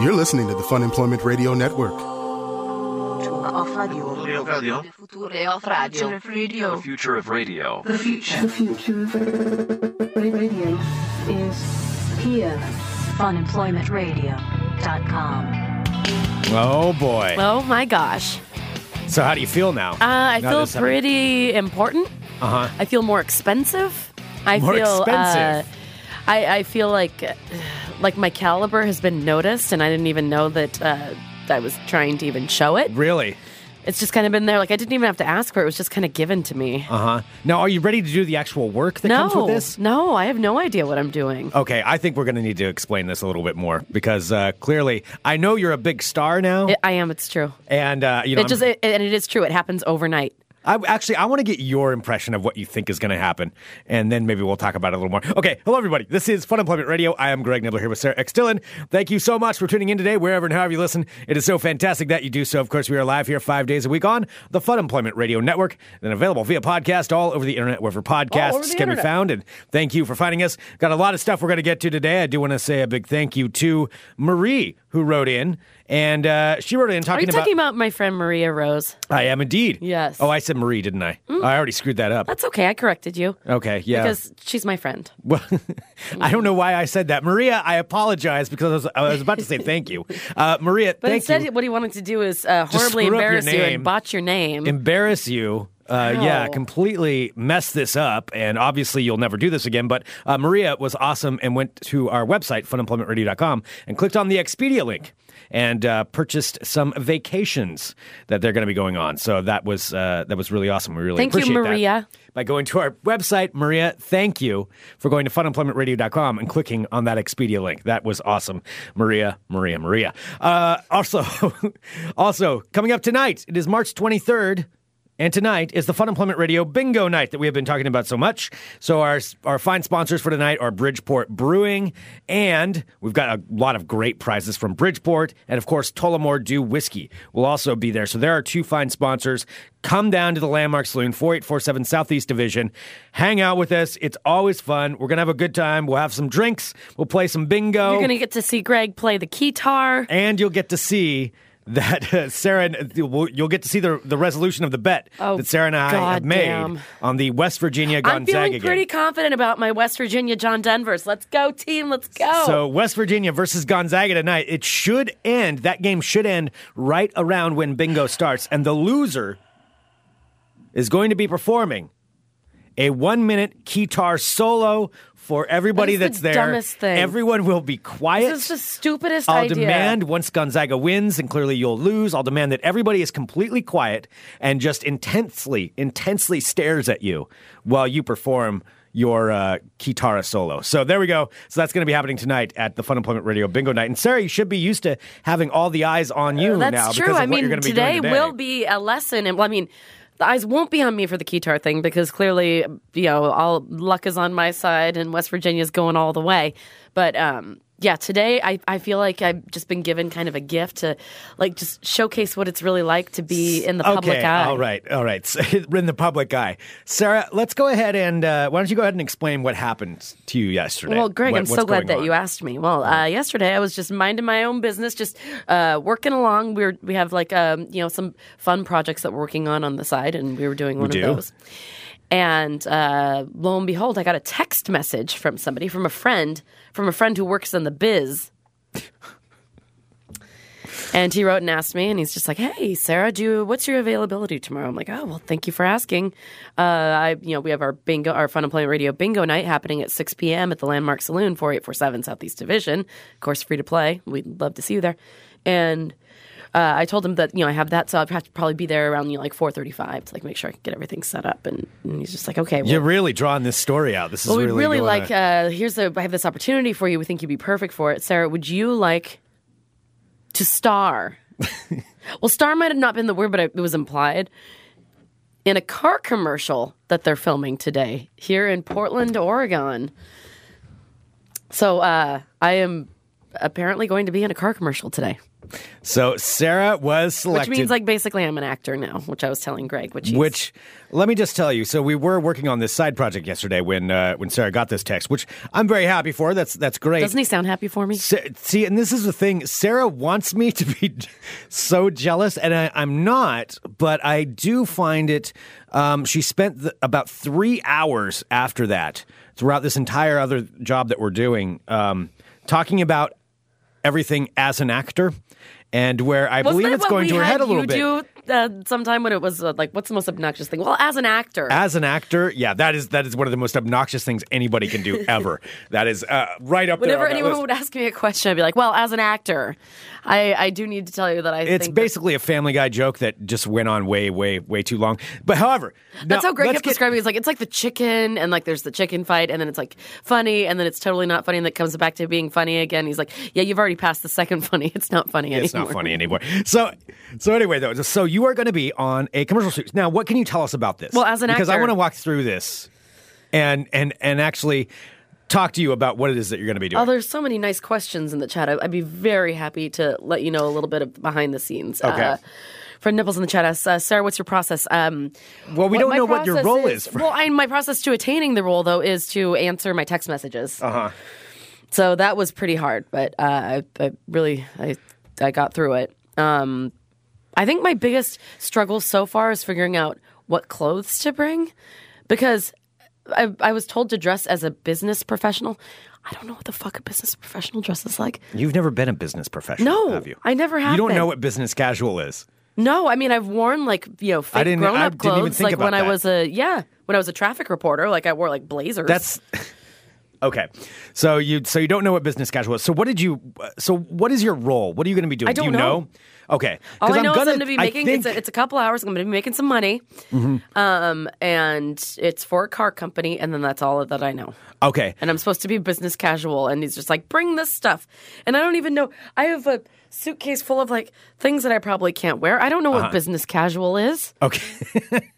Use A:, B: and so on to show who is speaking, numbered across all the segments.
A: You're listening to the Fun Employment Radio Network.
B: Off radio.
C: Radio.
B: Il futuro è off radio.
C: The future of radio.
D: The future of radio is here.
E: Funemploymentradio.com.
F: Oh boy.
E: Oh my gosh.
F: So how do you feel now?
E: Uh, I
F: Now
E: feel
F: this-
E: pretty important.
F: Uh-huh.
E: I feel more expensive. I
F: More
E: feel
F: expensive.
E: Uh, I, I feel like uh, like my caliber has been noticed, and I didn't even know that uh, I was trying to even show it.
F: Really?
E: It's just kind of been there. Like I didn't even have to ask for it. It was just kind of given to me.
F: Uh huh. Now, are you ready to do the actual work that comes
E: no,
F: with this? Oh.
E: no, I have no idea what I'm doing.
F: Okay, I think we're going to need to explain this a little bit more because uh, clearly, I know you're a big star now,
E: It- I am. It's true.
F: and uh, you know,
E: it just
F: I'm-
E: it, and it is true. It happens overnight.
F: I actually I want to get your impression of what you think is going to happen, and then maybe we'll talk about it a little more. Okay, hello everybody. This is Fun Employment Radio. I am Greg Nibbler here with Sarah X Dillon. Thank you so much for tuning in today, wherever and however you listen. It is so fantastic that you do so. Of course, we are live here five days a week on the Fun Employment Radio Network, and available via podcast all over the internet wherever podcasts
E: over the
F: can be
E: internet.
F: found. And thank you for finding us. Got a lot of stuff we're going to get to today. I do want to say a big thank you to Marie who wrote in, and uh, she wrote in
E: Are you
F: talking about.
E: talking about my friend Maria Rose?
F: I am indeed.
E: Yes. Mm.
F: Oh, I said Marie, didn't I? I already screwed that up.
E: That's okay. I corrected you.
F: Okay, Uh, yeah.
E: Because she's my friend.
F: Well, I don't know why I said that. Maria, I apologize because I was, I was about to say thank you. Uh, Maria,
E: But
F: thank
E: instead,
F: you.
E: what he wanted to do is uh, horribly
F: screw up your
E: embarrass you
F: name.
E: and botch your name.
F: Embarrass you. Uh, yeah,
E: Mm. Wow.
F: completely mess this up, and obviously you'll never do this again. But uh, Maria was awesome and went to our website, funemploymentradio.com, and clicked on the Expedia link and uh, purchased some vacations that they're going to be going on. So that was uh, that was really awesome. We really
E: Thank you,
F: appreciate that.
E: Maria.
F: by going to our website. Maria, thank you for going to funemploymentradio.com and clicking on that Expedia link. That was awesome. Maria, Maria, Maria. Uh, also, also coming up tonight, it is March 23rd. And tonight is the Fun Employment Radio Bingo Night that we have been talking about so much. So our our fine sponsors for tonight are Bridgeport Brewing, and we've got a lot of great prizes from Bridgeport, and of course Tullamore Dew Whiskey will also be there. So there are two fine sponsors. Come down to the Landmark Saloon, 4847 Southeast Division. Hang out with us. It's always fun. We're gonna have a good time. We'll have some drinks. We'll play some bingo
E: You're going to get to see Greg play the guitar.
F: and you'll get to see that uh, Sarah, and, you'll you'll get to see the the resolution of the bet
E: Oh,
F: that Sarah and I have
E: God
F: made
E: damn.
F: on the West Virginia
E: I'm
F: Gonzaga
E: feeling
F: game.
E: pretty confident about my West Virginia John Denvers. Let's go, team. Let's go.
F: So West Virginia versus Gonzaga tonight. It should end. That game should end right around when bingo starts, and the loser is going to be performing a one-minute guitar solo for everybody
E: That is
F: that's
E: the
F: there.
E: dumbest thing.
F: Everyone will be quiet.
E: this is the stupidest
F: I'll
E: idea.
F: demand once Gonzaga wins, and clearly you'll lose. I'll demand that everybody is completely quiet and just intensely, intensely stares at you while you perform your uh, guitar solo. So there we go. So that's going to be happening tonight at the Fun Employment Radio Bingo Night. And Sarah, you should be used to having all the eyes on you
E: That's
F: now
E: true.
F: because of
E: I
F: what
E: mean,
F: you're going to be
E: today,
F: doing today.
E: will be a lesson. And well, I mean, the eyes won't be on me for the guitar thing because clearly, you know, all luck is on my side and West Virginia's going all the way. But um, yeah, today I, I feel like I've just been given kind of a gift to like just showcase what it's really like to be in the public
F: okay,
E: eye.
F: all right, all right. So, in the public eye, Sarah, let's go ahead and uh, why don't you go ahead and explain what happened to you yesterday?
E: Well, Greg,
F: What-
E: I'm so
F: what's
E: glad
F: going
E: that
F: on?
E: you asked me. Well, uh, yesterday I was just minding my own business, just uh, working along. We were, we have like um, you know some fun projects that we're working on on the side, and we were doing one
F: do?
E: of those. And uh, lo and behold, I got a text message from somebody, from a friend, from a friend who works in the biz. And he wrote and asked me, and he's just like, "Hey, Sarah, do you, what's your availability tomorrow?" I'm like, "Oh, well, thank you for asking. Uh, I, you know, we have our bingo, our Fun Employment Radio Bingo Night happening at 6 p.m. at the Landmark Saloon, 4847 Southeast Division. Of course, free to play. We'd love to see you there." And uh, I told him that you know I have that, so I'd have to probably be there around you know, like 4:35 to like make sure I can get everything set up. And, and he's just like, "Okay, well,
F: You're really drawing this story out. This is
E: well, we'd
F: really,
E: really,
F: going
E: like.
F: to-
E: Uh, here's the. I have this opportunity for you. We think you'd be perfect for it, Sarah. Would you like to star? well, star might have not been the word, but it was implied in a car commercial that they're filming today here in Portland, Oregon. So uh, I am apparently going to be in a car commercial today,
F: So Sarah was
E: which
F: selected.
E: means like basically I'm an actor now, which I was telling Greg, which he's-
F: Which, let me just tell you. So we were working on this side project yesterday when uh, when Sarah got this text, which I'm very happy for. That's that's great.
E: doesn't he sound happy for me?
F: Sa- See, and this is the thing. Sarah wants me to be so jealous, and I, I'm not. But I do find it. Um, she spent the, about three hours after that throughout this entire other job that we're doing, um, talking about everything as an actor, and where I
E: Wasn't
F: believe
E: that
F: it's
E: what
F: going
E: we
F: to her
E: had
F: head a little
E: you
F: bit.
E: do uh, sometime when it was uh, like, what's the most obnoxious thing? Well, as an actor,
F: as an actor, yeah, that is that is one of the most obnoxious things anybody can do ever. that is uh, right up
E: whenever
F: there. on that
E: anyone
F: list.
E: would ask me a question, I'd be like, well, as an actor, I, I do need to tell you that I
F: It's
E: think that-
F: basically a Family Guy joke that just went on way, way, way too long. But however,
E: That's
F: now,
E: how Greg
F: let's
E: kept
F: get-
E: describing. it. It's like it's like the chicken, and like there's the chicken fight, and then it's like funny, and then it's totally not funny, and then it comes back to being funny again. He's like, yeah, you've already passed the second funny. It's not funny anymore.
F: It's not funny anymore. So, so anyway, though, so you are going to be on a commercial shoot. Now, what can you tell us about this?
E: Well, as an
F: because I
E: actor-
F: want to walk through this, and and and actually talk to you about what it is that you're going to be doing.
E: Oh, there's so many nice questions in the chat. I- I'd be very happy to let you know a little bit of behind the scenes.
F: Okay.
E: Friend Nipples in the chat asks, uh, Sarah, what's your process? Um,
F: Well, we don't
E: my
F: know what your
E: process
F: role is for-
E: Well, I, my process to attaining the role, though, is to answer my text messages. Uh
F: Uh-huh.
E: huh. So that was pretty hard, but uh, I, I really I, I got through it. Um, I think my biggest struggle so far is figuring out what clothes to bring because I, I was told to dress as a business professional. I don't know what the fuck a business professional dresses like.
F: You've never been a business professional,
E: No,
F: have you?
E: I never have
F: You don't
E: been.
F: know what business casual is.
E: No, I mean I've worn like you know fake
F: didn't- I
E: grown up
F: didn't even
E: clothes
F: think
E: like
F: about
E: when
F: that.
E: I was a yeah when I was a traffic reporter like I wore like blazers.
F: That's okay. So you so you don't know what business casual is. So what did you? So what is your role? What are you going to be doing?
E: I
F: Do
E: don't
F: you
E: know.
F: Okay.
E: all
F: 'Cause
E: I know
F: gonna,
E: is I'm going to be
F: I
E: making.
F: think- Mm-hmm.
E: It's, a, it's a couple hours. I'm going to be making some money, um, and it's for a car company, and then that's all that I know.
F: okay.
E: and I'm supposed to be business casual, and he's just like, bring this stuff. And I don't even know. I have a suitcase full of like things that I probably can't wear. I don't know what
F: Uh-huh.
E: business casual is.
F: Okay.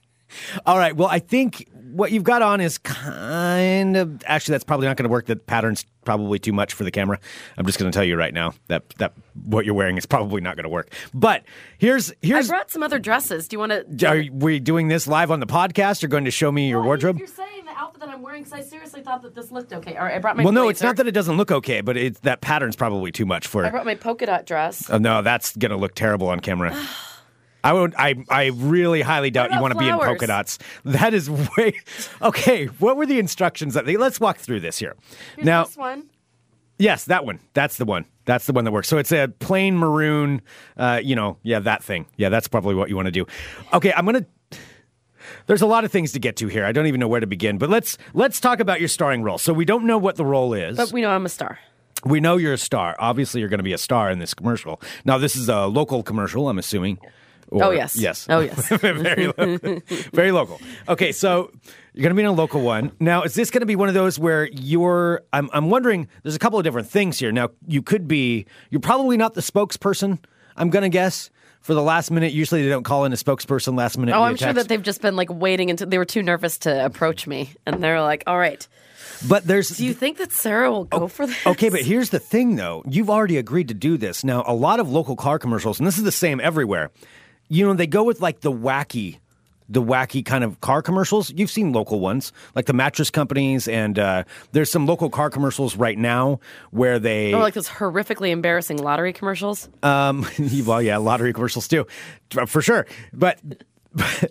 F: All right. Well, I think what you've got on is kind of actually that's probably not going to work. The pattern's probably too much for the camera. I'm just going to tell you right now that that what you're wearing is probably not going to work. But here's
E: I
F: here's
E: brought some other dresses. Do you want to?
F: are we doing this live on the podcast? You're going to show me your wardrobe?
E: You're saying the outfit that I'm wearing because I seriously thought that this looked okay. All right, I brought my.
F: Well, no, it's
E: blazer.
F: not that it doesn't look okay, but it's that pattern's probably too much for
E: I brought my polka dot dress.
F: Oh, no, that's gonna look terrible on camera. I would. I. I really highly doubt you
E: about
F: want to be in
E: flowers?
F: polka dots. That is way. Okay, what were the instructions? That they, let's walk through this here.
E: Here's
F: now,
E: this one.
F: yes, that one. That's the one. That's the one that works. So it's a plain maroon. Uh, you know, yeah, that thing. Yeah, that's probably what you want to do. Okay, I'm gonna. There's a lot of things to get to here. I don't even know where to begin. But let's let's talk about your starring role. So we don't know what the role is.
E: But we know I'm a star.
F: We know you're a star. Obviously, you're going to be a star in this commercial. Now, this is a local commercial, I'm assuming. Or-
E: Oh, yes.
F: Yes.
E: Oh, yes.
F: very local. Very local. Okay, so you're going to be in a local one. Now, is this going to be one of those where you're? I'm, I'm wondering. There's a couple of different things here. Now, you could be. You're probably not the spokesperson. I'm going to guess for the last minute. Usually, they don't call in a spokesperson last minute.
E: Oh,
F: via
E: I'm sure
F: text.
E: that they've just been like waiting until they were too nervous to approach me, and they're like, "All right,
F: But there's.
E: do you think that Sarah will go for this?"
F: Okay, but here's the thing though. You've already agreed to do this. Now, a lot of local car commercials, and this is the same everywhere, you know, they go with like the wacky, the wacky kind of car commercials. You've seen local ones, like the mattress companies, and uh, there's some local car commercials right now where they.
E: Or like those horrifically embarrassing lottery commercials.
F: Um, well, yeah, lottery commercials too, uh, for sure. But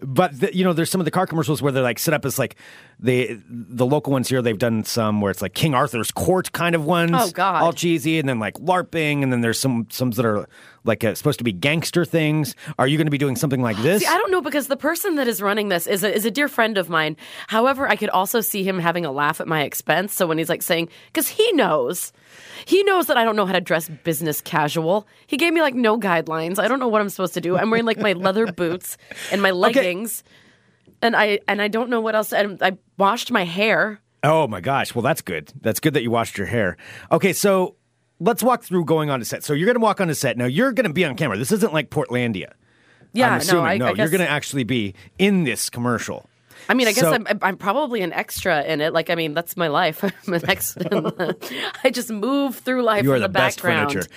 F: but the, you know, there's some of the car commercials where they're like set up as like the the local ones here. They've done some where it's like King Arthur's court kind of ones.
E: Oh, God.
F: all cheesy, and then like LARPing, and then there's some some that are like uh, supposed to be gangster things. Are you going to be doing something like this?
E: See, I don't know because the person that is running this is a, is a dear friend of mine. However, I could also see him having a laugh at my expense. So when he's like saying, because he knows, he knows that I don't know how to dress business casual. He gave me like no guidelines. I don't know what I'm supposed to do. I'm wearing like my leather boots and my leggings, and I and I don't know what else. And I washed my hair.
F: Oh my gosh. Well, that's good. That's good that you washed your hair. Okay, so let's walk through going on to set. So you're going to walk on to set. Now you're going to be on camera. This isn't like Portlandia.
E: Yeah,
F: I'm assuming.
E: no, I, I
F: you're
E: guess-
F: going to actually be in this commercial.
E: I mean, I guess
F: So-
E: I'm, I'm probably an extra in it. Like, I mean, that's my life. I'm an extra. in the- I just move through life
F: You
E: in
F: are
E: the,
F: the, best
E: background.
F: furniture.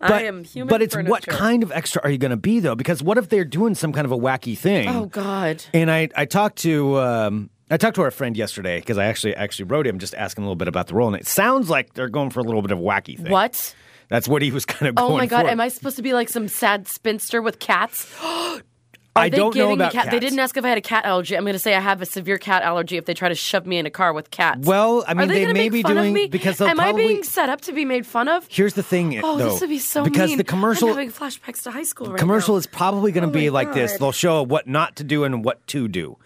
E: I am human
F: But it's what
E: furniture.
F: kind of extra are you going to be though? Because what if they're doing some kind of a wacky thing?
E: Oh God.
F: And I, I talked to um, I talked to our friend yesterday because I actually actually wrote him just asking a little bit about the role, and it sounds like they're going for a little bit of wacky thing.
E: What?
F: That's what he was kind of.
E: Oh
F: going
E: my God.
F: for.
E: Am I supposed to be like some sad spinster with cats?
F: I
E: Are they
F: don't know
E: giving me
F: about
E: cat- They
F: cats.
E: didn't ask if I had a cat allergy. I'm going to say I have a severe cat allergy if they try to shove me in a car with cats.
F: Well, I
E: Are
F: mean,
E: they,
F: they
E: gonna
F: may
E: make
F: be
E: fun of
F: doing-
E: me?
F: because they'll
E: Am I
F: probably-
E: being set up to be made fun of?
F: Here's the thing.
E: Oh,
F: though,
E: this would be so
F: because
E: mean.
F: the commercial
E: I'm having flashbacks to high school. Right
F: commercial
E: now.
F: is probably going to
E: Oh
F: be
E: my
F: like this.
E: God.
F: They'll show what not to do and what to do,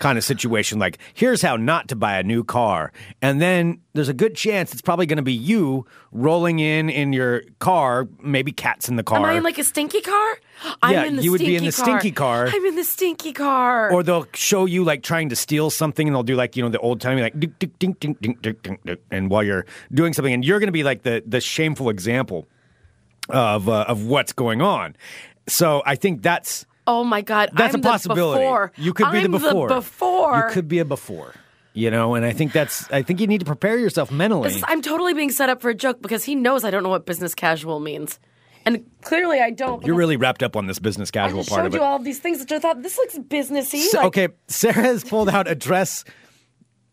F: kind of situation. Like here's how not to buy a new car, and then there's a good chance it's probably going to be you rolling in in your car, maybe cats in the car.
E: Am I in like a stinky car? I'm
F: Yeah,
E: in the
F: you would be
E: stinky
F: in the
E: car.
F: stinky car.
E: I'm in the stinky car.
F: or they'll show you like trying to steal something, and they'll do like you know the old timey like dink, dink, dink, dink, dink, dink, dink, dink, and while you're doing something, and you're going to be like the the shameful example of uh, of what's going on. So I think that's
E: oh my god,
F: that's
E: I'm
F: a possibility.
E: The before.
F: You could be
E: I'm
F: the before.
E: before.
F: You could be a before. You know, and I think that's. I think you need to prepare yourself mentally.
E: This is- I'm totally being set up for a joke because he knows I don't know what business casual means, and clearly I don't.
F: You're really wrapped up on this business
E: I
F: casual
E: just
F: part
E: showed
F: of it.
E: you all of these things, which I thought this looks businessy.
F: So-
E: like,
F: okay, Sarah has pulled out a dress.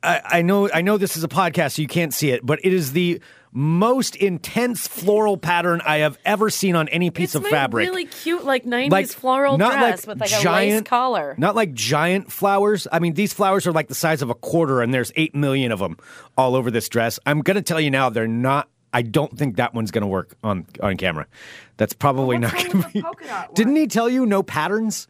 F: I, I know, I know, this is a podcast, so you can't see it, but it is the most intense floral pattern I have ever seen on any piece
E: it's
F: of
E: my
F: fabric.
E: Really cute, like '90s
F: like
E: floral
F: not like
E: dress with like a
F: giant
E: lace collar.
F: not like giant flowers. I mean, these flowers are like the size of a quarter, and there's eight million of them all over this dress. I'm gonna tell you now, they're not. I don't think that one's gonna work on on camera. That's probably not
E: wrong
F: gonna
E: with the
F: be.
E: polka dot one?
F: Didn't he tell you no patterns?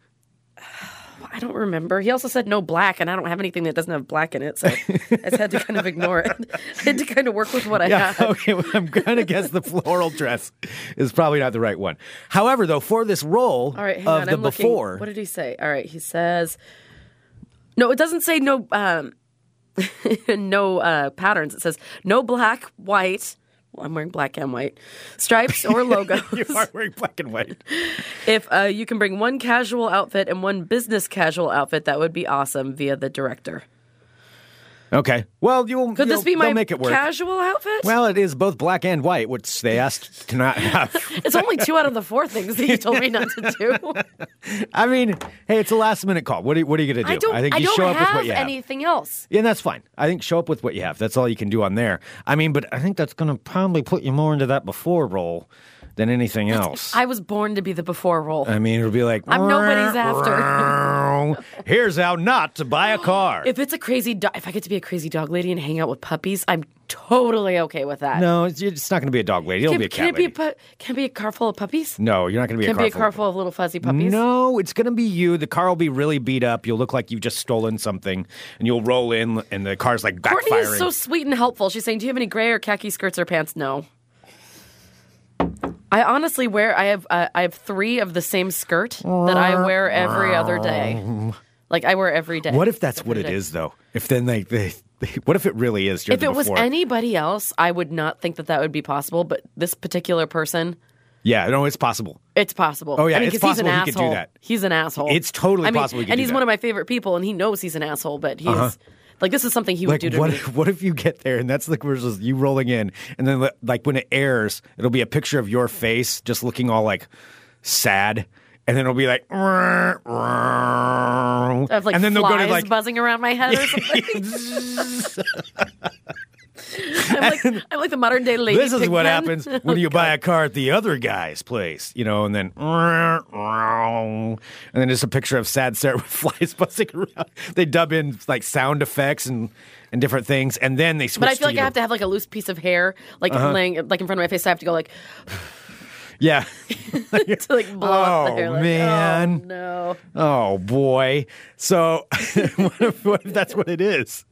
E: I don't remember. He also said no black, and I don't have anything that doesn't have black in it, so I just had to kind of ignore it. I had to kind of work with what I
F: Yeah.
E: had.
F: Okay. Well, I'm gonna guess the floral dress is probably not the right one. However, though, for this role
E: All right,
F: of
E: hang on.
F: the
E: I'm looking.
F: before,
E: What did he say? All right, he says, no, it doesn't say no, um, no uh, patterns. It says no black, white. Well, I'm wearing black and white stripes or logos.
F: you are wearing black and white.
E: If uh, you can bring one casual outfit and one business casual outfit, that would be awesome. Via the director,
F: Okay. Well, you'll
E: could
F: you'll-
E: this be my
F: they'll make it work.
E: casual outfit?
F: Well, it is both black and white, which they asked to not have.
E: It's only two out of the four things that you told me not to do.
F: I mean, hey, it's a last minute call. What are, what are you going to do?
E: I don't. I,
F: think you
E: don't
F: show up
E: have
F: with what you have.
E: anything else.
F: Yeah, and that's fine. I think show up with what you have. That's all you can do on there. I mean, but I think that's going to probably put you more into that before role than anything else.
E: I was born to be the before role.
F: I mean, it'll be like
E: I'm nobody's
F: after. Here's how not to buy a car.
E: if it's a crazy, do- if I get to be a crazy dog lady and hang out with puppies, I'm totally okay with that.
F: no, it's, it's not going to be a dog lady. It'll
E: can,
F: be a cat
E: can it be a
F: lady.
E: pu- can it be a car full of puppies?
F: no, you're not going to be
E: can
F: a car.
E: it be a
F: full-
E: car full of little fuzzy puppies?
F: No, it's going to be you. The car will be really beat up. You'll look like you've just stolen something, and you'll roll in, and the car's like backfiring.
E: Courtney is so sweet and helpful. She's saying, "Do you have any gray or khaki skirts or pants?" No. I honestly wear. I have. Uh, I have three of the same skirt that I wear every other day. Like I wear every day.
F: what if that's what it is, though? If then like they, they- what if it really is? You're
E: If
F: the
E: it was
F: before?
E: anybody else, I would not think that that would be possible. But this particular person,
F: yeah, no, it's possible.
E: it's possible.
F: Oh, yeah,
E: I mean,
F: it's
E: 'cause he's an
F: possible he could do
E: asshole.
F: that.
E: He's an asshole.
F: It's totally
E: I mean,
F: possible he could
E: and
F: do
E: he's
F: that. Uh-huh.
E: one of my favorite people, and he knows he's an asshole. But he's like, this is something he would
F: Like
E: do to
F: what?
E: me.
F: If, what if you get there and that's the versus you rolling in, and then like when it airs, it'll be a picture of your face just looking all like sad, and then it'll be like,
E: I have like
F: and then they'll
E: flies
F: go to like
E: buzzing around my head or something. I'm, like, I'm like the modern day lady.
F: this is what
E: Pigpen. Oh,
F: happens when you buy a car at the other guy's place, you know, and then and then just a picture of sad Sarah with flies buzzing around. They dub in like sound effects and and different things, and then they switch.
E: But I feel
F: to
E: like I have to
F: you.
E: have like a loose piece of hair, like
F: Uh-huh.
E: laying like in front of my face. So I have to go like
F: Yeah.
E: to like blow up the
F: Oh,
E: hair. Like,
F: man.
E: oh no.
F: Oh boy. So what, if, what if that's what it is?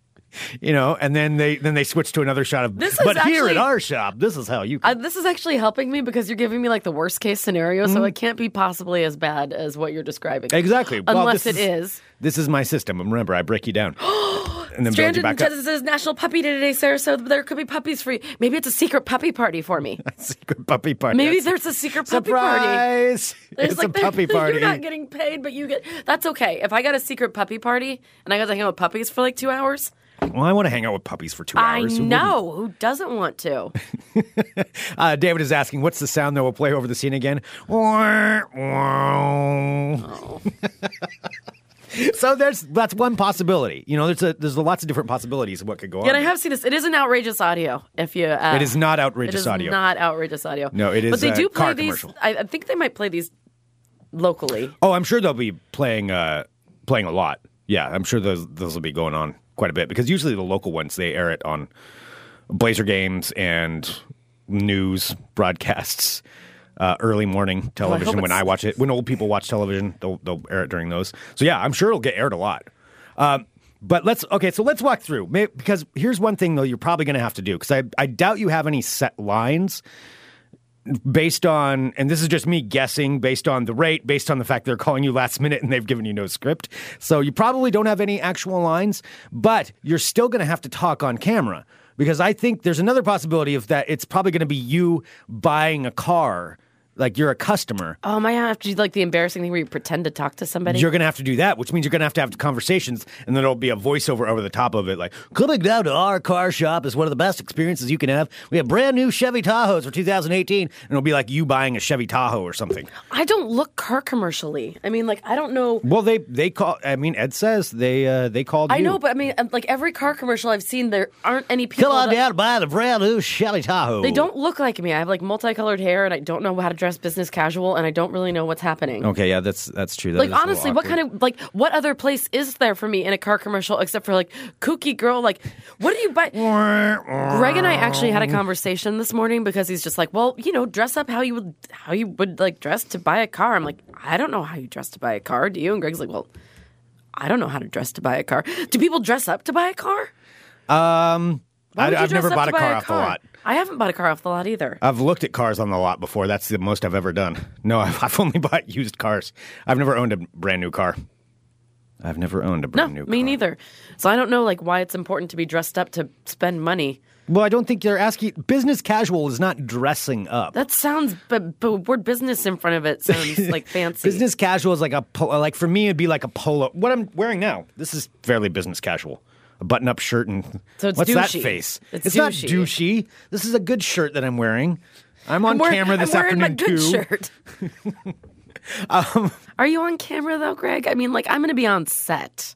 F: you know, and then they then they switch to another shot of.
E: This is
F: but here at
E: actually-
F: our shop, this is how you.
E: Uh,
F: Cook.
E: this is actually helping me because you're giving me like the worst case scenario,
F: Mm-hmm.
E: so it can't be possibly as bad as what you're describing.
F: exactly. Well,
E: Unless
F: this
E: it is.
F: This is my system. Remember, I break you down and then build you
E: Stranded in
F: back up.
E: Texas is National Puppy Day today, Sarah. So there could be puppies for you. Maybe it's a secret puppy party for me.
F: Secret puppy party.
E: Maybe
F: That's-
E: there's a secret puppy party.
F: surprise.
E: There's
F: it's
E: like
F: a
E: the-
F: puppy party.
E: You're not getting paid, but you get. That's okay. If I got a secret puppy party and I got to hang out with puppies for like two hours,
F: well, I want to hang out with puppies for two
E: I
F: hours. Who
E: know who doesn't want to.
F: wouldn't? Uh, David is asking, what's the sound that will play over the scene again? so there's that's one possibility. You know, there's a there's lots of different possibilities of what could go
E: And
F: on.
E: I have seen this. It isn't outrageous audio. If you, uh,
F: it is not
E: It
F: outrageous
E: is
F: audio.
E: not outrageous audio.
F: No, it is
E: But they
F: a
E: do play
F: car
E: these.
F: commercial.
E: I, I think they might play these locally.
F: Oh, I'm sure they'll be playing uh, playing a lot. Yeah, I'm sure those those will be going on quite a bit because usually the local ones they air it on Blazer games and news broadcasts, uh, early morning television. when
E: it's-
F: I watch it, when old people watch television, they'll they'll air it during those. So yeah, I'm sure it'll get aired a lot. Um, but let's okay, so let's walk through May because here's one thing though you're probably going to have to do because I I doubt you have any set lines based on, and this is just me guessing based on the rate, based on the fact they're calling you last minute and they've given you no script. So you probably don't have any actual lines, but you're still going to have to talk on camera because I think there's another possibility of that it's probably going to be you buying a car, like you're a customer.
E: Oh, am I gonna have to do like the embarrassing thing where you pretend to talk to somebody?
F: You're going to have to do that, which means you're going to have to have conversations, and then there'll be a voiceover over the top of it, like coming down to our car shop is one of the best experiences you can have. We have brand new Chevy Tahoes for 2018, and it'll be like you buying a Chevy Tahoe or something.
E: I don't look car commercially. I mean, like I don't know.
F: Well, they they call. I mean, Ed says they uh, they called.
E: I
F: you.
E: know, but I mean, like every car commercial I've seen, there aren't any people.
F: come on
E: that-
F: down and buy the brand new Chevy Tahoe.
E: They don't look like me. I have like multicolored hair, and I don't know how to dress business casual, and I don't really know what's happening.
F: Okay, yeah, that's that's true. That
E: Like
F: is a little
E: honestly, what
F: awkward.
E: kind of like what other place is there for me in a car commercial except for like kooky girl? Like, what do you buy? Greg and I actually
F: Um,
E: had a conversation this morning because he's just like, well, you know, dress up how you would how you would like dress to buy a car. I'm like, I don't know how you dress to buy a car, do you? And Greg's like, well, I don't know how to dress to buy a car. Do people dress up to buy a car?
F: Um,
E: Why would
F: I,
E: you
F: I've
E: dress
F: never
E: up
F: bought
E: to
F: a
E: buy
F: car off the lot.
E: I haven't bought a car off the lot either.
F: I've looked at cars on the lot before. That's the most I've ever done. No, I've, I've only bought used cars. I've never owned a brand new car. I've never owned a
E: no,
F: brand new.
E: me
F: car.
E: neither. So I don't know like why it's important to be dressed up to spend money.
F: Well, I don't think they're asking. Business casual is not dressing up.
E: That sounds, but the word business in front of it sounds like fancy.
F: Business casual is like a polo, like for me it'd be like a polo. What I'm wearing now, this is fairly business casual. A button-up shirt and
E: So it's
F: what's that
E: douchey.
F: face?
E: It's
F: not
E: douchey.
F: douchey. This is a good shirt that I'm wearing. I'm on
E: I'm wearing-
F: camera this
E: I'm wearing
F: afternoon
E: my good
F: too. Um,
E: Shirt. Are you on camera though, Greg? I mean, like I'm going to be on set.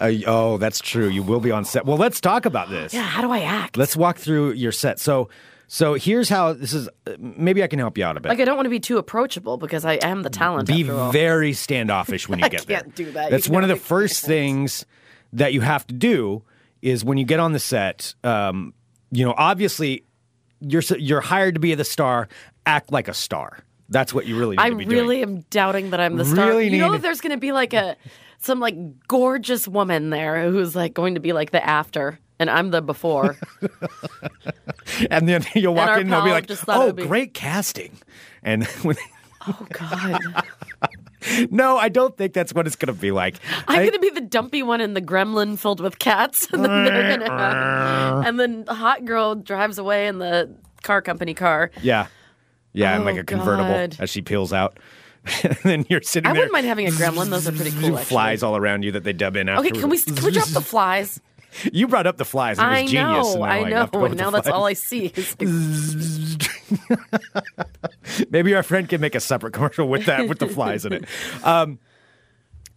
F: Uh, oh, that's true. You will be on set. Well, let's talk about this.
E: Yeah, how do I act?
F: Let's walk through your set. So, so here's how this is. uh, Maybe I can help you out a bit.
E: like I don't want to be too approachable because I am the talent.
F: be
E: after all.
F: very standoffish when you get there.
E: can't do that. You
F: That's
E: can
F: one of the
E: never make
F: first things that you have to do is when you get on the set. Um, you know, obviously, you're s- you're hired to be the star. Act like a star. That's what you really need
E: I
F: to be
E: really
F: doing.
E: am doubting that I'm the star.
F: Really
E: you know,
F: need-
E: if there's going to be like a some like gorgeous woman there who's like going to be like the after. And I'm the before.
F: And then you'll walk
E: our
F: in and they'll be
E: pal
F: like,
E: just thought it
F: "Oh,
E: would be-
F: great casting." And when,
E: oh God,
F: no, I don't think that's what it's going to be like.
E: I'm
F: I-
E: gonna be the dumpy one in the gremlin filled with cats, and then they're gonna have, and then the hot girl drives away in the car company car.
F: Yeah. Yeah, and
E: Oh,
F: like a convertible
E: God.
F: as she peels out. and then you're sitting
E: I
F: there.
E: wouldn't mind having a gremlin; those are pretty cool. Actually.
F: Flies all around you that they dub in
E: Okay,
F: afterwards.
E: can we can we drop the flies?
F: You brought up the flies. It was
E: I
F: genius. and
E: know, I
F: like,
E: know.
F: have to go with
E: and
F: the
E: now that's
F: flies.
E: all I see. It's like,
F: Maybe our friend can make a separate commercial with that with the flies in it. Um,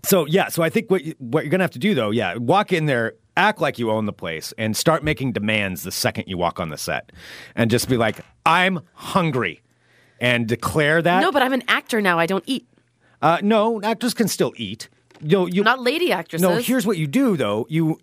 F: so yeah, so I think what you, what you're gonna have to do though, yeah, walk in there, act like you own the place, and start making demands the second you walk on the set, and just be like, "I'm hungry," and declare that.
E: no, but I'm an actor now. I don't eat.
F: uh, no, actors can still eat. You'll, you
E: Not lady actresses.
F: No, here's what you do though. You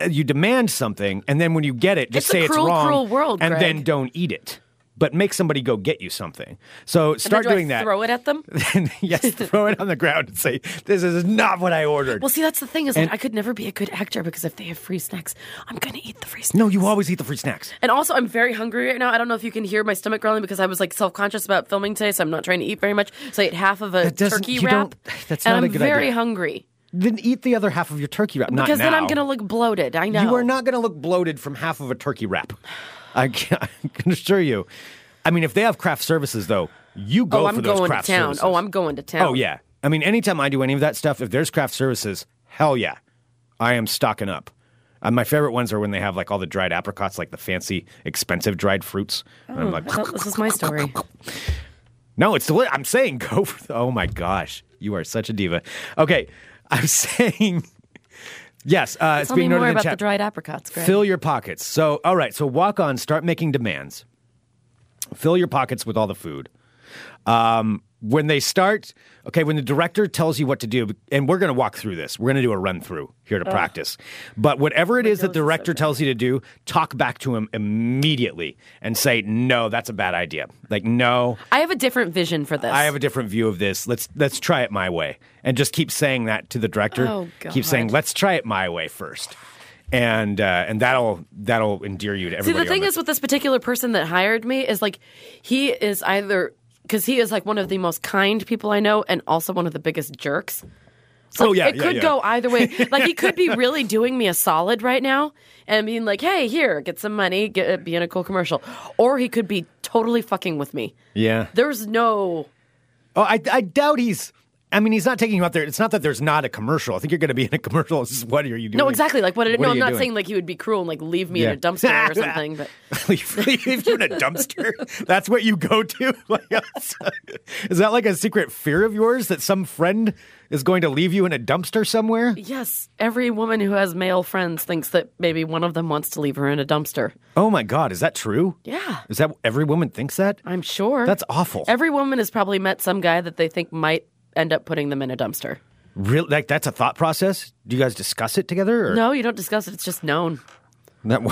F: uh, you demand something, and then when you get it, just
E: It's a
F: say it's
E: cruel,
F: wrong,
E: cruel world,
F: and
E: Greg.
F: then don't eat it. but make somebody go get you something. So
E: And then
F: start
E: do I
F: doing that.
E: Throw it at them.
F: and yes, throw it on the ground and say, "This is not what I ordered."
E: Well, see, that's the thing is, like,
F: And-
E: I could never be a good actor because if they have free snacks, I'm gonna eat the free snacks.
F: no, you always eat the free snacks.
E: And also, I'm very hungry right now. I don't know if you can hear my stomach growling because I was like self conscious about filming today, so I'm not trying to eat very much. So I ate half of a
F: That doesn't-
E: turkey
F: you
E: wrap,
F: don't- that's
E: and
F: not
E: I'm
F: a good
E: very
F: idea.
E: hungry
F: Then eat the other half of your turkey wrap. not
E: because then I'm
F: now.
E: gonna look bloated. I know
F: You are not going to look bloated from half of a turkey wrap. I can, I can assure you. I mean, if they have craft services, though, you go
E: Oh,
F: for
E: I'm
F: those
E: going to
F: craft
E: town.
F: services.
E: Oh, I'm going to town.
F: Oh yeah. I mean, anytime I do any of that stuff, if there's craft services, hell yeah, I am stocking up. Uh, my favorite ones are when they have like all the dried apricots, like the fancy, expensive dried fruits. and I'm like,
E: I thought this was my story.
F: no, it's deli- I'm saying go for. The- oh my gosh, you are such a diva. Okay, I'm saying yes. Uh, it's
E: Tell me
F: being
E: more
F: noted in
E: about
F: chat.
E: the dried apricots, Greg.
F: Fill your pockets. So, all right. So, walk on. Start making demands. Fill your pockets with all the food. Um, when they start, okay, when the director tells you what to do, and we're going to walk through this. We're going to do a run through here to practice. But whatever it is that the director tells you to do, talk back to him immediately and say, "No, that's a bad idea." Like, "No,
E: I have a different vision for this.
F: I have a different view of this. Let's let's try it my way, and just keep saying that to the director.
E: Oh,
F: Keep saying,
E: God.
F: "Let's try it my way first. and uh, and that'll that'll endear you to
E: See,
F: everybody.
E: the thing
F: on
E: is with this particular person that hired me is like he is either because he is like one of the most kind people I know and also one of the biggest jerks. So
F: Oh, yeah,
E: it
F: yeah,
E: could
F: yeah.
E: go either way. Like he could be really doing me a solid right now and being like, "Hey, here, get some money, get, be in a cool commercial," or he could be totally fucking with me.
F: yeah.
E: There's no
F: Oh, I I doubt he's. I mean, he's not taking you out there. It's not that there's not a commercial. I think you're going to be in a commercial. It's just, what are you doing?
E: no exactly like what.
F: What
E: It, no,
F: are
E: I'm
F: you
E: not
F: doing?
E: saying like he would be cruel and like leave me
F: Yeah.
E: in a dumpster or something, but.
F: leave, leave you in a dumpster. That's what you go to. Like, is that like a secret fear of yours that some friend is going to leave you in a dumpster somewhere?
E: Yes, every woman who has male friends thinks that maybe one of them wants to leave her in a dumpster.
F: Oh my God, is that true?
E: Yeah.
F: Is that every woman thinks that?
E: I'm sure.
F: That's awful.
E: Every woman has probably met some guy that they think might end up putting them in a dumpster.
F: Real like that's a thought process. Do you guys discuss it together? Or?
E: No, you don't discuss it. It's just known.
F: That,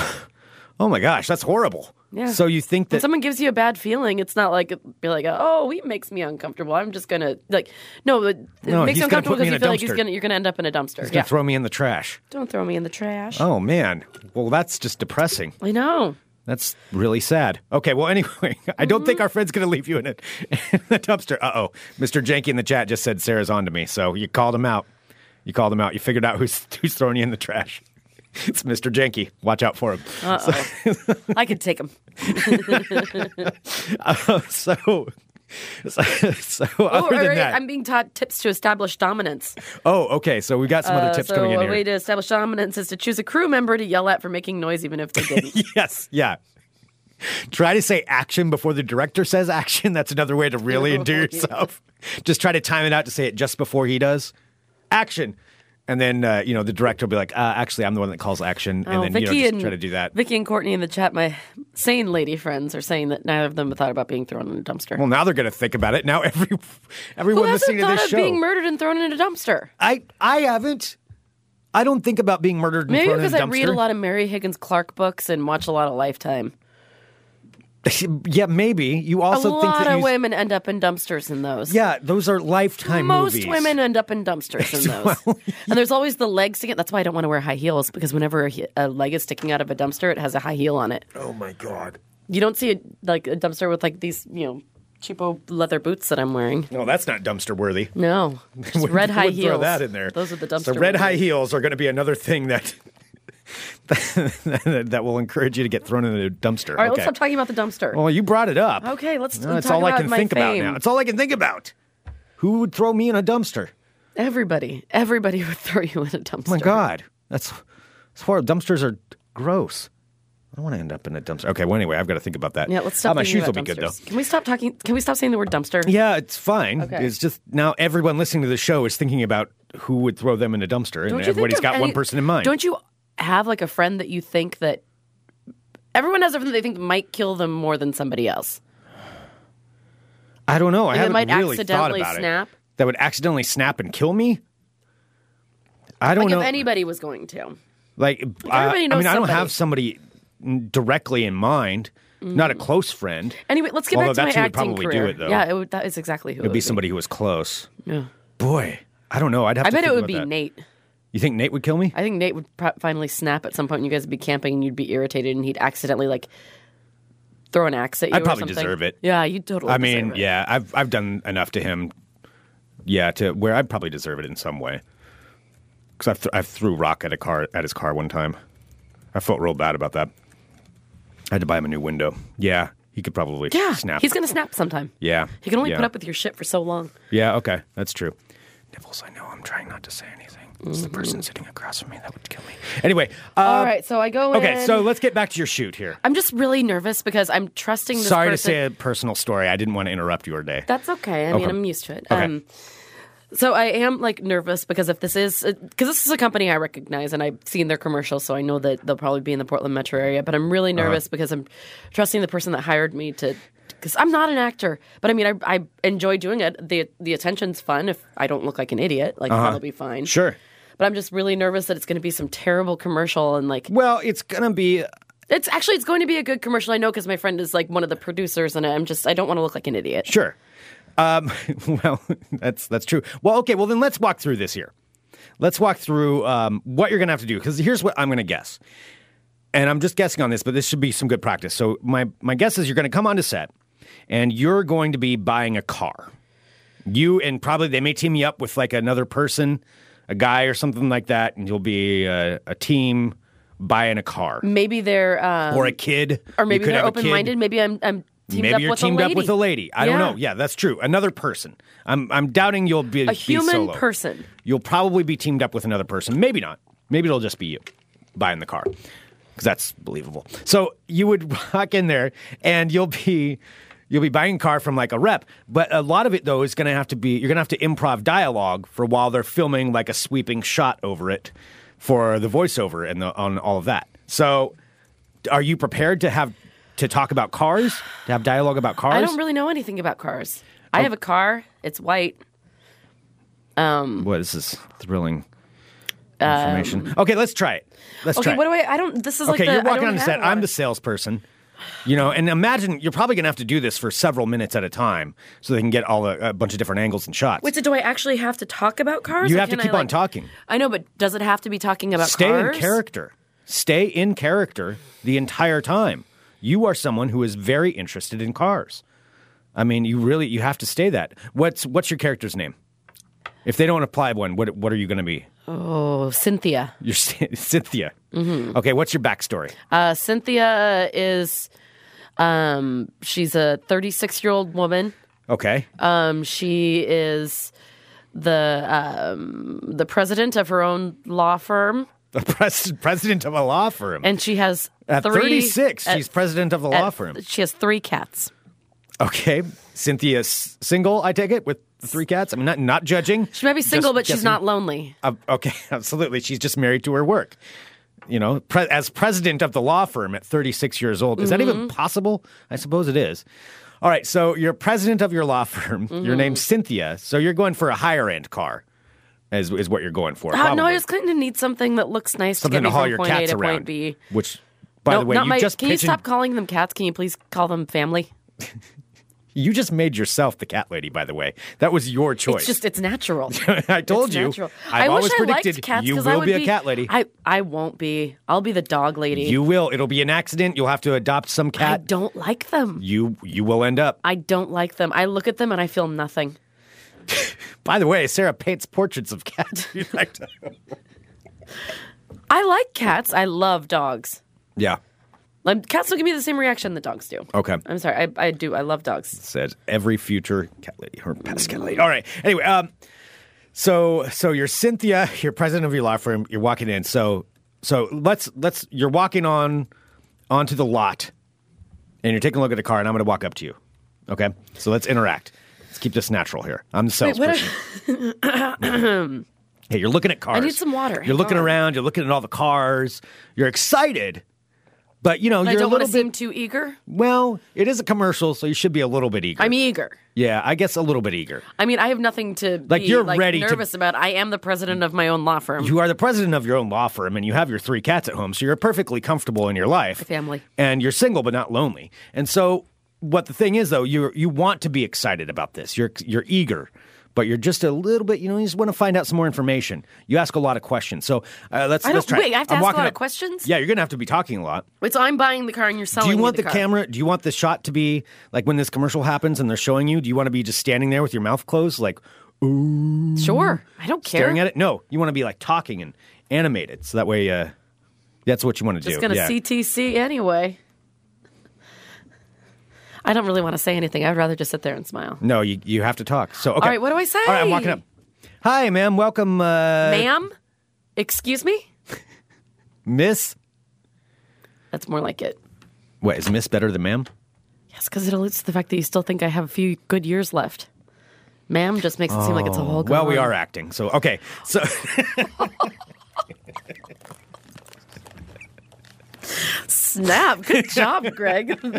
F: oh my gosh, that's horrible.
E: Yeah.
F: So you think
E: When
F: that?
E: someone gives you a bad feeling, it's not like be like, oh, he makes me uncomfortable. I'm just gonna like, no, it, it
F: No,
E: makes
F: he's
E: you
F: gonna
E: uncomfortable
F: put me
E: because
F: in
E: you
F: a
E: feel like he's
F: dumpster.
E: gonna you're gonna end up in a dumpster.
F: gonna
E: Yeah,
F: throw me in the trash.
E: don't throw me in the trash.
F: Oh man. Well, that's just depressing.
E: I know.
F: That's really sad. Okay, well, anyway, I don't
E: Mm-hmm.
F: think our friend's going to leave you in it in the dumpster. Uh oh. Mr. Janky in the chat just said Sarah's on to me. So you called him out. You called him out. You figured out who's, who's throwing you in the trash. It's Mr. Janky. Watch out for him.
E: I could take him.
F: So, so, so other
E: or,
F: than
E: or
F: that.
E: Oh, I'm being taught tips to establish dominance.
F: oh, okay. So we got some other
E: Uh,
F: tips
E: so
F: coming in
E: a
F: here.
E: way to establish dominance is to choose a crew member to yell at for making noise, even if they didn't.
F: yes, yeah. Try to say action before the director says action. That's another way to really
E: Oh,
F: endear yourself. Just try to time it out to say it just before he does. Action. And then, uh, you know, the director will be like, uh, actually, I'm the one that calls action. And
E: Oh,
F: then,
E: Vicky
F: you know, just
E: and
F: try to do that.
E: Vicky and Courtney in the chat, my sane lady friends, are saying that neither of them thought about being thrown in a dumpster.
F: well, now they're going to think about it. Now every
E: Who
F: everyone
E: hasn't
F: listening to
E: thought
F: this
E: of
F: show.
E: being murdered and thrown in a dumpster?
F: I, I haven't. I don't think about being murdered and
E: Maybe
F: thrown in
E: because
F: a dumpster.
E: I read a lot of Mary Higgins Clark books and watch a lot of Lifetime.
F: yeah, maybe. You
E: A
F: also think
E: lot
F: that
E: of
F: you.
E: women end up in dumpsters in those.
F: Yeah, those are lifetime
E: Most
F: movies.
E: women end up in dumpsters in those. And there's always the legs to get. That's why I don't want to wear high heels because whenever a, he- a leg is sticking out of a dumpster, it has a high heel on it.
F: Oh, my God.
E: You don't see a, like a dumpster with like these, you know, cheapo leather boots that I'm wearing.
F: No, that's not dumpster worthy.
E: No, Just
F: Wouldn't-
E: red high
F: wouldn't
E: heels.
F: Throw that in there.
E: Those are the
F: So
E: dumpster.
F: red
E: ones.
F: high heels are going to be another thing that, that will encourage you to get thrown in a dumpster.
E: All right,
F: okay.
E: let's stop talking about the dumpster.
F: Well, you brought it up.
E: Okay, let's
F: No, That's
E: talk
F: all I
E: about
F: can
E: my
F: think about
E: fame.
F: now. It's all I can think about. Who would throw me in a dumpster?
E: everybody, everybody would throw you in a dumpster.
F: Oh my God, that's that's horrible. Dumpsters are gross. I don't want to end up in a dumpster. Okay, well anyway, I've got to think about that.
E: Yeah, let's
F: Ah,
E: stop.
F: my
E: thinking
F: shoes will
E: about
F: be good though.
E: dumpsters. Can we stop talking? Can we stop saying the word dumpster?
F: Yeah, it's fine.
E: Okay.
F: It's just now everyone listening to the show is thinking about who would throw them in a dumpster,
E: Don't
F: and
E: you think
F: everybody's
E: of
F: got one
E: any-
F: person in mind.
E: Don't you have like a friend that you think that everyone has everything they think might kill them more than somebody else?
F: I don't know. I
E: it
F: haven't
E: might
F: really
E: accidentally
F: thought about
E: snap.
F: it. That would accidentally snap and kill me. I don't
E: Like
F: know.
E: if anybody was going to.
F: like uh,
E: everybody
F: I
E: knows
F: mean, I don't
E: somebody.
F: have somebody directly in mind.
E: Mm-hmm.
F: not a close friend.
E: Anyway, let's get
F: Although
E: back to my
F: that's who would
E: acting
F: probably do
E: career.
F: it, though.
E: Yeah, it would, that is exactly who it
F: It'd be somebody who was close.
E: Yeah.
F: Boy, I don't know. I'd have.
E: I
F: to
E: bet it
F: think
E: would
F: about
E: be
F: that.
E: Nate.
F: You think Nate would kill me?
E: I think Nate would pro- finally snap at some point, and you guys would be camping, and you'd be irritated, and he'd accidentally like throw an axe at you.
F: I'd
E: or
F: probably
E: something.
F: deserve it.
E: Yeah, you totally.
F: I
E: deserve
F: mean,
E: it.
F: yeah, I've I've done enough to him. Yeah, to where I'd probably deserve it in some way. Because I've th- I've threw rock at a car at his car one time. I felt real bad about that. I had to buy him a new window. Yeah, he could probably
E: yeah.
F: snap.
E: He's gonna snap sometime.
F: Yeah,
E: He can only
F: yeah.
E: put up with your shit for so long.
F: Yeah, okay, that's true. Nibbles, I know I'm trying not to say anything. It's the person
E: Mm-hmm.
F: sitting across from me that would kill me. Anyway, uh,
E: All right, so I go in.
F: okay, so let's get back to your shoot here.
E: Oh, I'm just really nervous because I'm trusting. This
F: Sorry to
E: person.
F: say a personal story. I didn't want to interrupt your day.
E: That's okay. I mean,
F: Okay.
E: I'm used to it.
F: Okay.
E: Um, so I am like nervous because if this is because this is a company I recognize and I've seen their commercials, so I know that they'll probably be in the Portland metro area. But I'm really
F: Uh-huh.
E: nervous because I'm trusting the person that hired me to. Because I'm not an actor, but I mean, I, I enjoy doing it. the The attention's fun. If I don't look like an idiot, like that'll be fine.
F: Uh-huh. sure.
E: But I'm just really nervous that it's going to be some terrible commercial and like
F: Well, it's gonna be
E: it's actually it's going to be a good commercial. I know because my friend is like one of the producers, and I'm just I don't want to look like an idiot.
F: Sure. Um, well, that's that's true. Well, okay. Well, then let's walk through this here. Let's walk through um, what you're going to have to do because here's what I'm going to guess, and I'm just guessing on this, but this should be some good practice. So my my guess is you're going to come onto set, and you're going to be buying a car. You and probably they may team you up with like another person, a guy or something like that, and you'll be a, a team buying a car
E: Maybe they're um,
F: or a kid,
E: Mm. or
F: You
E: maybe
F: could
E: they're
F: have a kid.
E: open minded. Maybe I'm, I'm teamed
F: Maybe
E: up
F: you're
E: with
F: teamed
E: a lady.
F: up with a lady. I don't
E: Yeah.
F: know. Yeah, that's true. Another person. I'm I'm doubting you'll be
E: A human
F: solo.
E: person.
F: You'll probably be teamed up with another person. Maybe not. Maybe it'll just be you buying the car because that's believable. So you would walk in there and you'll be you'll be buying a car from like a rep. But a lot of it though is going to have to be you're going to have to improv dialogue for while they're filming like a sweeping shot over it for the voiceover and the, on all of that. So are you prepared to have to talk about cars? To have dialogue about cars?
E: I don't really know anything about cars.
F: Oh.
E: I have a car. It's white.
F: Boy, this is thrilling information. okay, let's try it. Let's
E: Okay,
F: try.
E: Um, what
F: it.
E: do I? I don't. This is like
F: okay,
E: the,
F: you're
E: I
F: walking
E: don't
F: on the
E: have
F: set.
E: one.
F: I'm the salesperson. You know, and imagine you're probably going to have to do this for several minutes at a time, so they can get all a, a bunch of different angles and shots.
E: Wait, so do I actually have to talk about cars?
F: You
E: or
F: have to
E: can I,
F: keep on
E: like-
F: talking.
E: I know, but does it have to be talking about
F: Stay
E: cars?
F: in character. Stay in character the entire time. You are someone who is very interested in cars. I mean, you really you have to stay that. What's what's your character's name? If they don't apply one, what what are you going to be?
E: Oh, Cynthia.
F: You're Cynthia. Okay, what's your backstory?
E: Mm-hmm. Uh, Cynthia is. Um, she's a 36 year old woman.
F: Okay.
E: Um, she is the um, the president of her own law firm,
F: the pres- president of a law firm.
E: and she has
F: at
E: three,
F: 36,
E: at-
F: she's president of a
E: at-
F: law firm.
E: She has three cats.
F: Okay. Cynthia's single, I take it, with the three cats. I'm not not judging.
E: She might be single,
F: Just
E: but she's
F: guessing.
E: not lonely.
F: Uh, okay, absolutely. She's just married to her work. You know, pre- as president of the law firm at 36 years old. Is that
E: Mm-hmm.
F: even possible? I suppose it is. All right, so you're president of your law firm.
E: Mm-hmm.
F: Your name's Cynthia, so you're going for a higher end car, is, is what you're going for.
E: Uh, no, I
F: probably.
E: just kind of need something that looks nice
F: something
E: to get
F: to
E: me
F: haul
E: from
F: your
E: point A
F: cats
E: to
F: around.
E: point B.
F: Which, by
E: no,
F: the way,
E: not
F: you
E: my,
F: just
E: can you
F: pigeon-
E: stop calling them cats? Can you please call them family?
F: You just made yourself the cat lady, by the way. That was your choice.
E: It's just it's natural.
F: I told
E: It's
F: you.
E: natural.
F: I've
E: I wish
F: always
E: I liked
F: predicted
E: cats
F: you
E: 'cause I
F: will
E: would
F: be a cat lady.
E: I I won't be. I'll be the dog lady.
F: you will. It'll be an accident. You'll have to adopt some
E: I
F: cat.
E: don't like them.
F: You you will end up.
E: I don't like them. I look at them and I feel nothing.
F: By the way, Sarah paints portraits of cats. You like to-
E: I like cats. I love dogs.
F: yeah.
E: Like, cats don't give me the same reaction that dogs do.
F: Okay.
E: I'm sorry. I, I do. I love dogs.
F: Says every future cat lady or past cat lady. All right. Anyway, um, so so you're Cynthia. You're president of your law firm. You're walking in. So so let's let's you're walking on onto the lot, and you're taking a look at a car. And I'm going to walk up to you. Okay. So let's interact. Let's keep this natural here. I'm the
E: Wait, what are-
F: salesperson. Hey, you're looking at cars.
E: need some water. Oh.
F: You're looking
E: Hang on.
F: around. You're looking at all the cars. You're excited, But you know,
E: But I
F: you're a
E: don't want
F: little
E: to
F: bit.
E: seem too eager.
F: well, it is a commercial, so you should be a little bit eager.
E: I'm eager.
F: yeah, I guess a little bit eager.
E: I mean, I have nothing to
F: Like,
E: be,
F: you're ready to-
E: nervous about. I am the president of my own law firm.
F: You are the president of your own law firm, and you have your three cats at home, so you're perfectly comfortable in your life,
E: family.
F: and you're single but not lonely. And so, what the thing is though, you you want to be excited about this. You're you're eager. But you're just a little bit, you know, you just want to find out some more information. You ask a lot of questions. So uh, let's,
E: I don't-
F: let's try.
E: wait, I have to
F: I'm
E: ask a
F: walking
E: lot of
F: up-
E: questions?
F: Yeah, you're going to have to be talking a lot.
E: Wait, so I'm buying the car and you're selling.
F: Do you
E: me
F: want
E: the,
F: the,
E: car.
F: camera? Do you want the shot to be like when this commercial happens and they're showing you? Do you want to be just standing there with your mouth closed, like
E: Sure, I don't care.
F: staring at it? No, you want to be like talking and animated, so that way, uh, that's what you want to
E: Just
F: do.
E: gonna
F: yeah.
E: CTC anyway. I don't really want to say anything. I'd rather just sit there and smile.
F: No, you you have to talk. So okay.
E: right, what do I say?
F: All right, I'm walking up. Hi, ma'am. Welcome, uh,
E: Ma'am, excuse me.
F: Miss.
E: That's more like it.
F: What is Miss better than ma'am?
E: Yes, because it alludes to the fact that you still think I have a few good years left. Ma'am just makes it seem like it's a whole.
F: Oh. Well, we
E: gone.
F: are acting. So okay. So
E: Snap! Good job, Greg.
F: all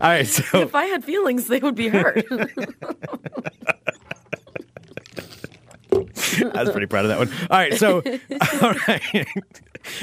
F: right. So
E: if I had feelings, they would be hurt.
F: I was pretty proud of that one. All right. So all right.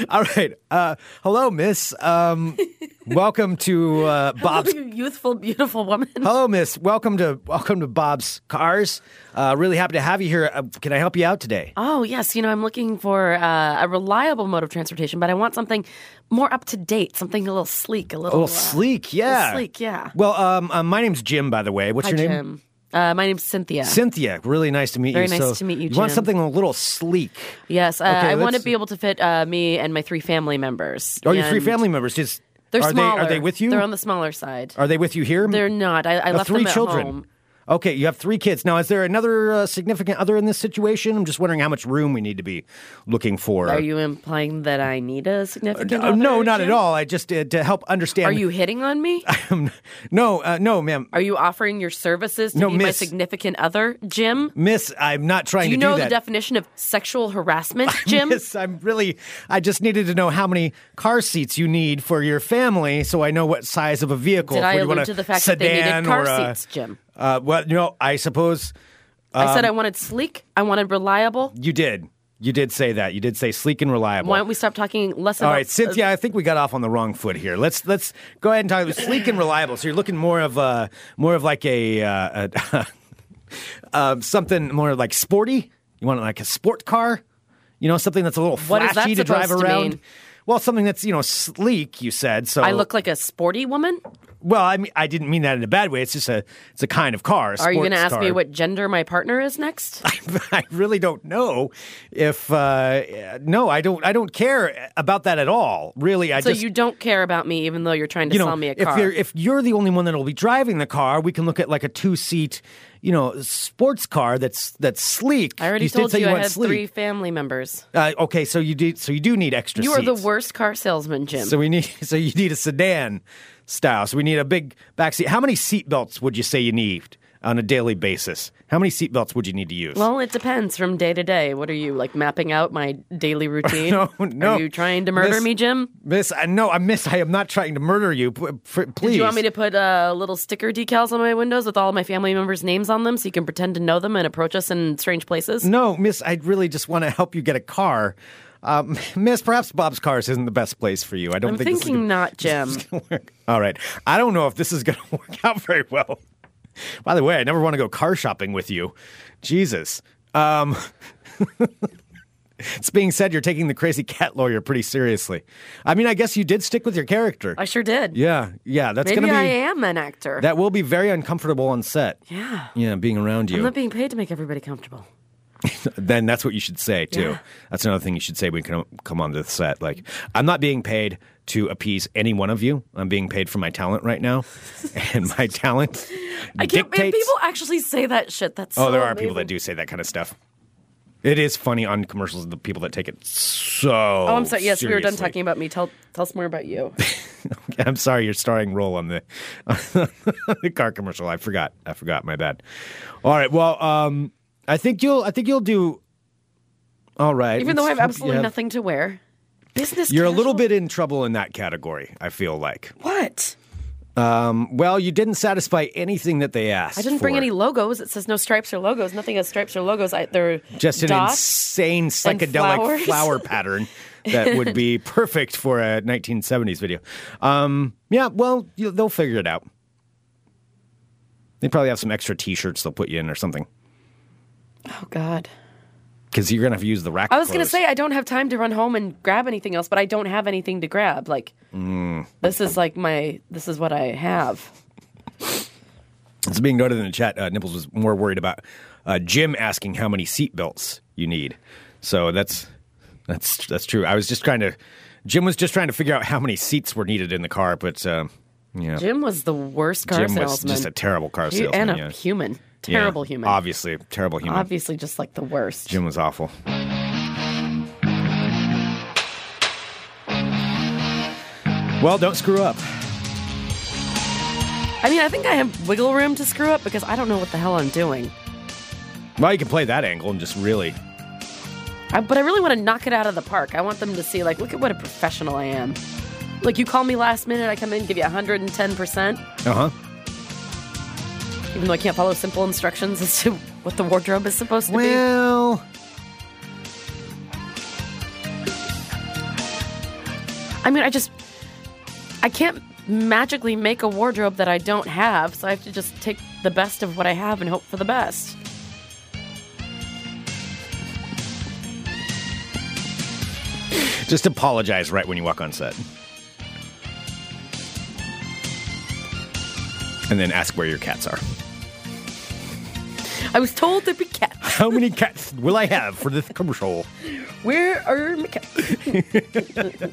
F: All right. Uh, hello, Miss. Um, welcome to uh, Bob's.
E: you youthful, beautiful woman.
F: Hello, Miss. Welcome to welcome to Bob's Cars. Uh, really happy to have you here. Uh, can I help you out today?
E: Oh, yes. You know, I'm looking for uh, a reliable mode of transportation, but I want something more up to date, something a little sleek, a
F: A
E: little,
F: little
E: uh,
F: Oh, sleek, yeah.
E: sleek, yeah.
F: Well, um, uh, my name's Jim, by the way. What's
E: Hi,
F: your name?
E: Jim. Uh, my name's Cynthia.
F: Cynthia, really nice to meet
E: Very
F: you.
E: nice
F: So
E: to meet you,
F: You want
E: Jim.
F: something a little sleek?
E: yes, uh,
F: Okay,
E: I want to
F: let's-
E: be able to fit uh, me and my three family members.
F: Oh, your three
E: And
F: family members just
E: They're
F: are
E: smaller.
F: they are they with you?
E: They're on the smaller side.
F: are they with you here?
E: They're not. I, I
F: Oh,
E: left
F: three
E: them at
F: children.
E: home.
F: Okay, you have three kids. Now, is there another uh, significant other in this situation? I'm just wondering how much room we need to be looking for.
E: Are you implying that I need a significant?
F: Uh, no,
E: other,
F: not at
E: Jim?
F: all. I just uh, to help understand.
E: Are you hitting on me?
F: No, uh, no, ma'am,
E: Are you offering your services to
F: No,
E: be my
F: miss.
E: significant other, Jim?
F: Miss. I'm not trying
E: Do you
F: to
E: know
F: do
E: the
F: that.
E: definition of sexual harassment, Jim?
F: Miss, I'm really. I just needed to know how many car seats you need for your family, so I know what size of a vehicle.
E: Did
F: if
E: I
F: we
E: allude
F: want a
E: to the fact that they needed
F: sedan
E: car
F: or a-
E: seats, Jim?
F: Uh, well, you know, I suppose
E: I
F: um,
E: said I wanted sleek. I wanted reliable.
F: you did. You did say that. You did say sleek and reliable.
E: Why don't we stop talking less about?
F: All right, Cynthia. I think we got off on the wrong foot here. Let's let's go ahead and talk about sleek and reliable. So you're looking more of a more of like a, uh, a uh, something more like sporty. You want like a sport car, you know, something that's a little
E: What is
F: flashy
E: that
F: to drive
E: supposed to
F: around.
E: mean?
F: Well, something that's you know sleek. You said so.
E: uh, I look like a sporty woman.
F: well. I mean, I didn't mean that in a bad way. It's just a it's a kind of car. a
E: Are
F: sports
E: you going to ask me
F: car.
E: what gender my partner is next?
F: I really don't know if uh, no, I don't. I don't care about that at all. Really, I
E: so
F: just
E: you don't care about me, even though you're trying to
F: you know
E: sell me a
F: if
E: car.
F: you're if you're the only one that'll be driving the car, we can look at like a two seat, you know, sports car that's that's sleek.
E: I already
F: you did
E: told
F: say
E: you, I
F: want
E: had
F: sleek.
E: three family members.
F: Uh, okay, so you do so you do need extra.
E: You are the
F: seats.
E: worst car salesman, Jim.
F: So we need so you need a sedan style. So we need a big back seat. How many seat belts would you say you need on a daily basis? How many seat belts would you need to use?
E: well, it depends from day to day. What are you like mapping out my daily routine?
F: No, no.
E: Are you trying to murder
F: Miss-
E: me, Jim?
F: Miss, I no, I miss. I am not trying to murder you. P- p- please.
E: Do you want me to put uh, little sticker decals on my windows with all of my family members' names on them so you can pretend to know them and approach us in strange places?
F: No, Miss, I really just want to help you get a car. Um, miss, perhaps Bob's Cars isn't the best place for you. I don't
E: I'm
F: think this is
E: thinking not, Jim.
F: gonna work. All right, I don't know if this is going to work out very well. By the way, I never want to go car shopping with you. Jesus. Um, it's being said, you're taking the crazy cat lawyer pretty seriously. I mean, I guess you did stick with your character.
E: I sure did.
F: yeah, yeah, that's
E: Maybe
F: going to be
E: I am an actor.
F: that will be very uncomfortable on set.
E: yeah.
F: Yeah, being around you.
E: I'm not being paid to make everybody comfortable.
F: then that's what you should say too.
E: Yeah.
F: That's another thing you should say when you come, come onto the set. Like, I'm not being paid to appease any one of you. I'm being paid for my talent right now, and my talent
E: I can't
F: dictates.
E: man, people actually say that shit. That's
F: oh,
E: so
F: there are
E: amazing.
F: people that do say that kind of stuff. It is funny on commercials the people that take it so.
E: Oh, I'm sorry. Yes, we were done talking about me. Tell tell us more about you.
F: I'm sorry, your starring role on the, the car commercial. I forgot. I forgot. My bad. All right. Well, um, I think you'll. I think you'll do. All right.
E: Even though I
F: Let's hope
E: have
F: you
E: absolutely nothing to wear. Business.
F: You're a little
E: casual?
F: bit in trouble in that category, I feel like.
E: What?
F: Well, you didn't satisfy anything that they asked.
E: I didn't bring
F: for.
E: any logos. It says no stripes or logos. Nothing has stripes or logos. I, they're
F: Just an
E: dots.
F: insane psychedelic
E: flowers.
F: flower pattern that would be perfect for a 1970s video. Um, yeah, well, you, they'll figure it out. They probably have some extra T-shirts they'll put you in or something
E: oh God.
F: because you're gonna have to use the rack.
E: I was going to
F: clothes.
E: say I don't have time to run home and grab anything else, but I don't have anything to grab. Like
F: Mm.
E: this is like my this is what I have.
F: It's being noted in the chat. Uh, Nipples was more worried about uh, Jim asking how many seatbelts you need. So that's that's that's true. I was just trying to. Jim was just trying to figure out how many seats were needed in the car, but uh, yeah,
E: Jim was the worst car
F: Jim
E: salesman.
F: was just a terrible car
E: He-
F: salesman.
E: and a
F: yeah.
E: human,
F: Yeah,
E: terrible human.
F: Obviously, terrible human.
E: Obviously, just like the worst.
F: Jim was awful. Well, don't screw up.
E: I mean, I think I have wiggle room to screw up because I don't know what the hell I'm doing.
F: Well, you can play that angle and just really
E: I, but I really want to knock it out of the park. I want them to see, like, look at what a professional I am. Like, you call me last minute, I come in, give you 110%,
F: Uh huh.
E: even though I can't follow simple instructions as to what the wardrobe is supposed to be.
F: Well,
E: I mean, I just, I can't magically make a wardrobe that I don't have, so I have to just take the best of what I have and hope for the best.
F: just apologize right when you walk on set. And then ask where your cats are.
E: I was told there'd be cats.
F: How many cats will I have for this commercial?
E: Where are my cats? oh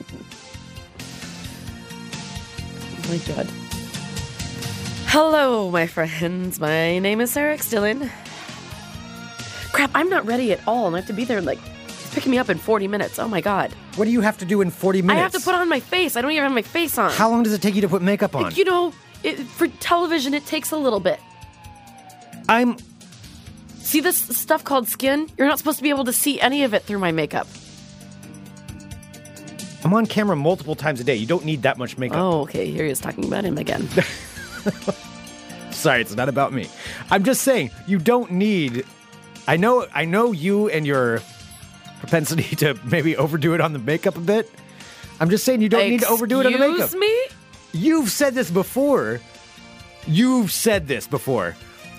E: Oh my god. Hello, my friends. My name is Eric Dillon. Crap, I'm not ready at all, and I have to be there in like it's picking me up in 40 minutes. Oh my god.
F: What do you have to do in 40 minutes?
E: I have to put on my face. I don't even have my face on.
F: How long does it take you to put makeup on?
E: you know, it, for television, it takes a little bit.
F: I'm
E: See this stuff called skin? You're not supposed to be able to see any of it through my makeup.
F: I'm on camera multiple times a day. You don't need that much makeup.
E: Oh, okay. Here he is talking about him again. Oh.
F: Sorry, it's not about me. I'm just saying you don't need. I know. I know you and your propensity to maybe overdo it on the makeup a bit. I'm just saying you don't need to overdo it on the makeup.
E: Excuse me?
F: You've said this before. You've said this before.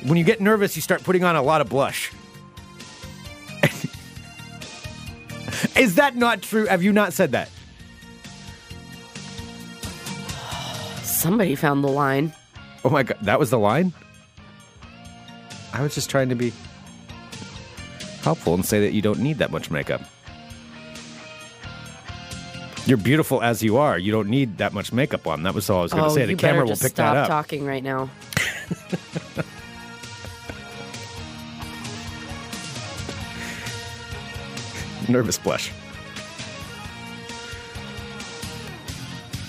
F: When you get nervous, you start putting on a lot of blush. Is that not true? Have you not said that?
E: Somebody found the line.
F: Oh my god, that was the line? I was just trying to be helpful and say that you don't need that much makeup. You're beautiful as you are. You don't need that much makeup on. That was all I was going to
E: oh,
F: say.
E: you
F: The
E: better
F: camera will
E: just
F: pick
E: stop
F: that up.
E: talking right now.
F: Nervous blush.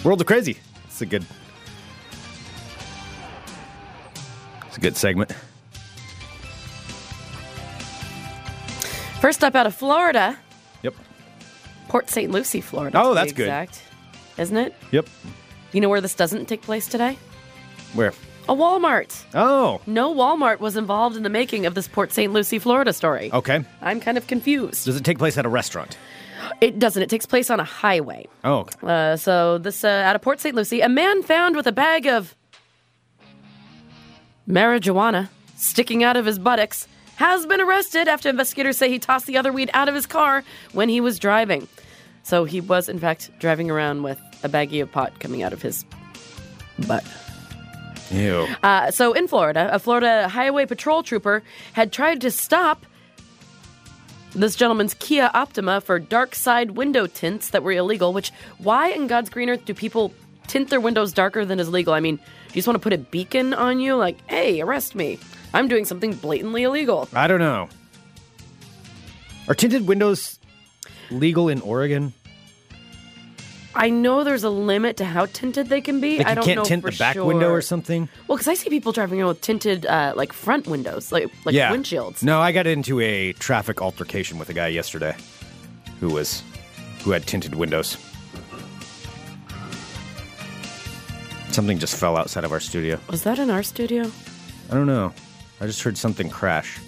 F: World of Crazy. It's a good. It's a good segment.
E: First up out of Florida,
F: Yep.
E: Port St. Lucie, Florida.
F: Oh,
E: to be
F: that's good.
E: exact, Isn't it?
F: Yep.
E: You know where this doesn't take place today?
F: Where?
E: A Walmart.
F: Oh.
E: No Walmart was involved in the making of this Port St. Lucie, Florida story.
F: Okay.
E: I'm kind of confused.
F: Does it take place at a restaurant?
E: It doesn't. It takes place on a highway.
F: Oh. okay.
E: Uh, so this uh, out of Port St. Lucie, a man found with a bag of marijuana sticking out of his buttocks has been arrested after investigators say he tossed the other weed out of his car when he was driving. So he was in fact driving around with a baggie of pot coming out of his butt.
F: Ew.
E: Uh, so in Florida, a Florida highway patrol trooper had tried to stop this gentleman's Kia Optima for dark side window tints that were illegal. Which, why in God's green earth do people tint their windows darker than is legal? I mean, do you just want to put a beacon on you, like, "Hey, arrest me! I'm doing something blatantly illegal."
F: I don't know. Are tinted windows legal in Oregon?
E: I know there's a limit to how tinted they can be.
F: Like
E: I
F: you
E: don't
F: can't
E: know
F: tint
E: for
F: the back
E: sure.
F: window or something.
E: Well, because I see people driving around with tinted, uh, like front windows, like like
F: yeah.
E: windshields.
F: No, I got into a traffic altercation with a guy yesterday who was who had tinted windows. Something just fell outside of our studio.
E: Was that in our studio?
F: I don't know. I just heard something crash.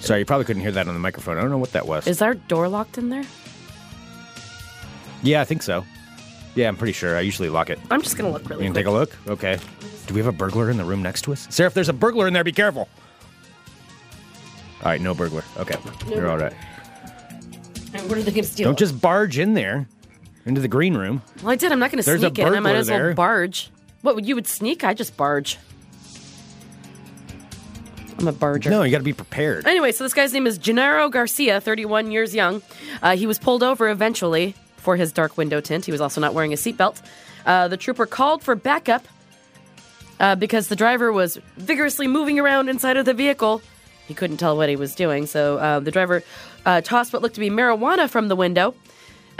F: Sorry, you probably couldn't hear that on the microphone. I don't know what that was.
E: Is our door locked in there?
F: yeah, I think so. Yeah, I'm pretty sure. I usually lock it.
E: I'm just gonna look
F: You
E: really
F: can
E: quick.
F: take a look? Okay. Do we have a burglar in the room next to us? Sarah, if there's a burglar in there, be careful. All right, no burglar. Okay. You're all right.
E: And What are they gonna steal?
F: Don't just barge in there into the green room.
E: Well, I did. I'm not gonna
F: There's a
E: sneak in. I might
F: burglar
E: as well
F: there.
E: barge. What would you would sneak? I just barge. I'm a barger.
F: No, you got to be prepared.
E: Anyway, so this guy's name is Gennaro Garcia, 31 years young. Uh, he was pulled over eventually for his dark window tint. He was also not wearing a seatbelt. Uh, the trooper called for backup uh, because the driver was vigorously moving around inside of the vehicle. He couldn't tell what he was doing, so uh, the driver uh, tossed what looked to be marijuana from the window.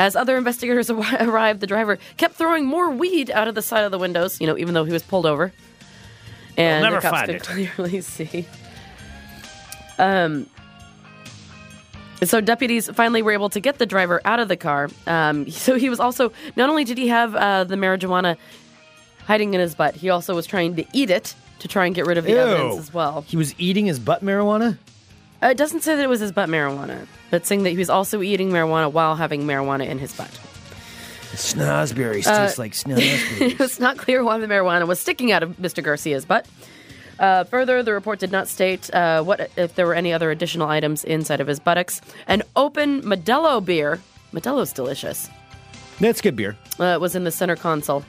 E: As other investigators ar- arrived, the driver kept throwing more weed out of the side of the windows, you know, even though he was pulled over. And
F: They'll never
E: the cops
F: find
E: could
F: it.
E: clearly see. Um, So deputies finally were able to get the driver out of the car. Um, so he was also not only did he have uh, the marijuana hiding in his butt, he also was trying to eat it to try and get rid of the evidence as well.
F: He was eating his butt marijuana?
E: Uh, it doesn't say that it was his butt marijuana, but saying that he was also eating marijuana while having marijuana in his butt.
F: Snozberries
E: Uh,
F: taste like snozberries.
E: It's not clear why the marijuana was sticking out of Mr. Garcia's butt. Uh, further, the report did not state uh, what if there were any other additional items inside of his buttocks. An open Modelo beer. Modelo's delicious.
F: That's good beer.
E: uh, was in the center console.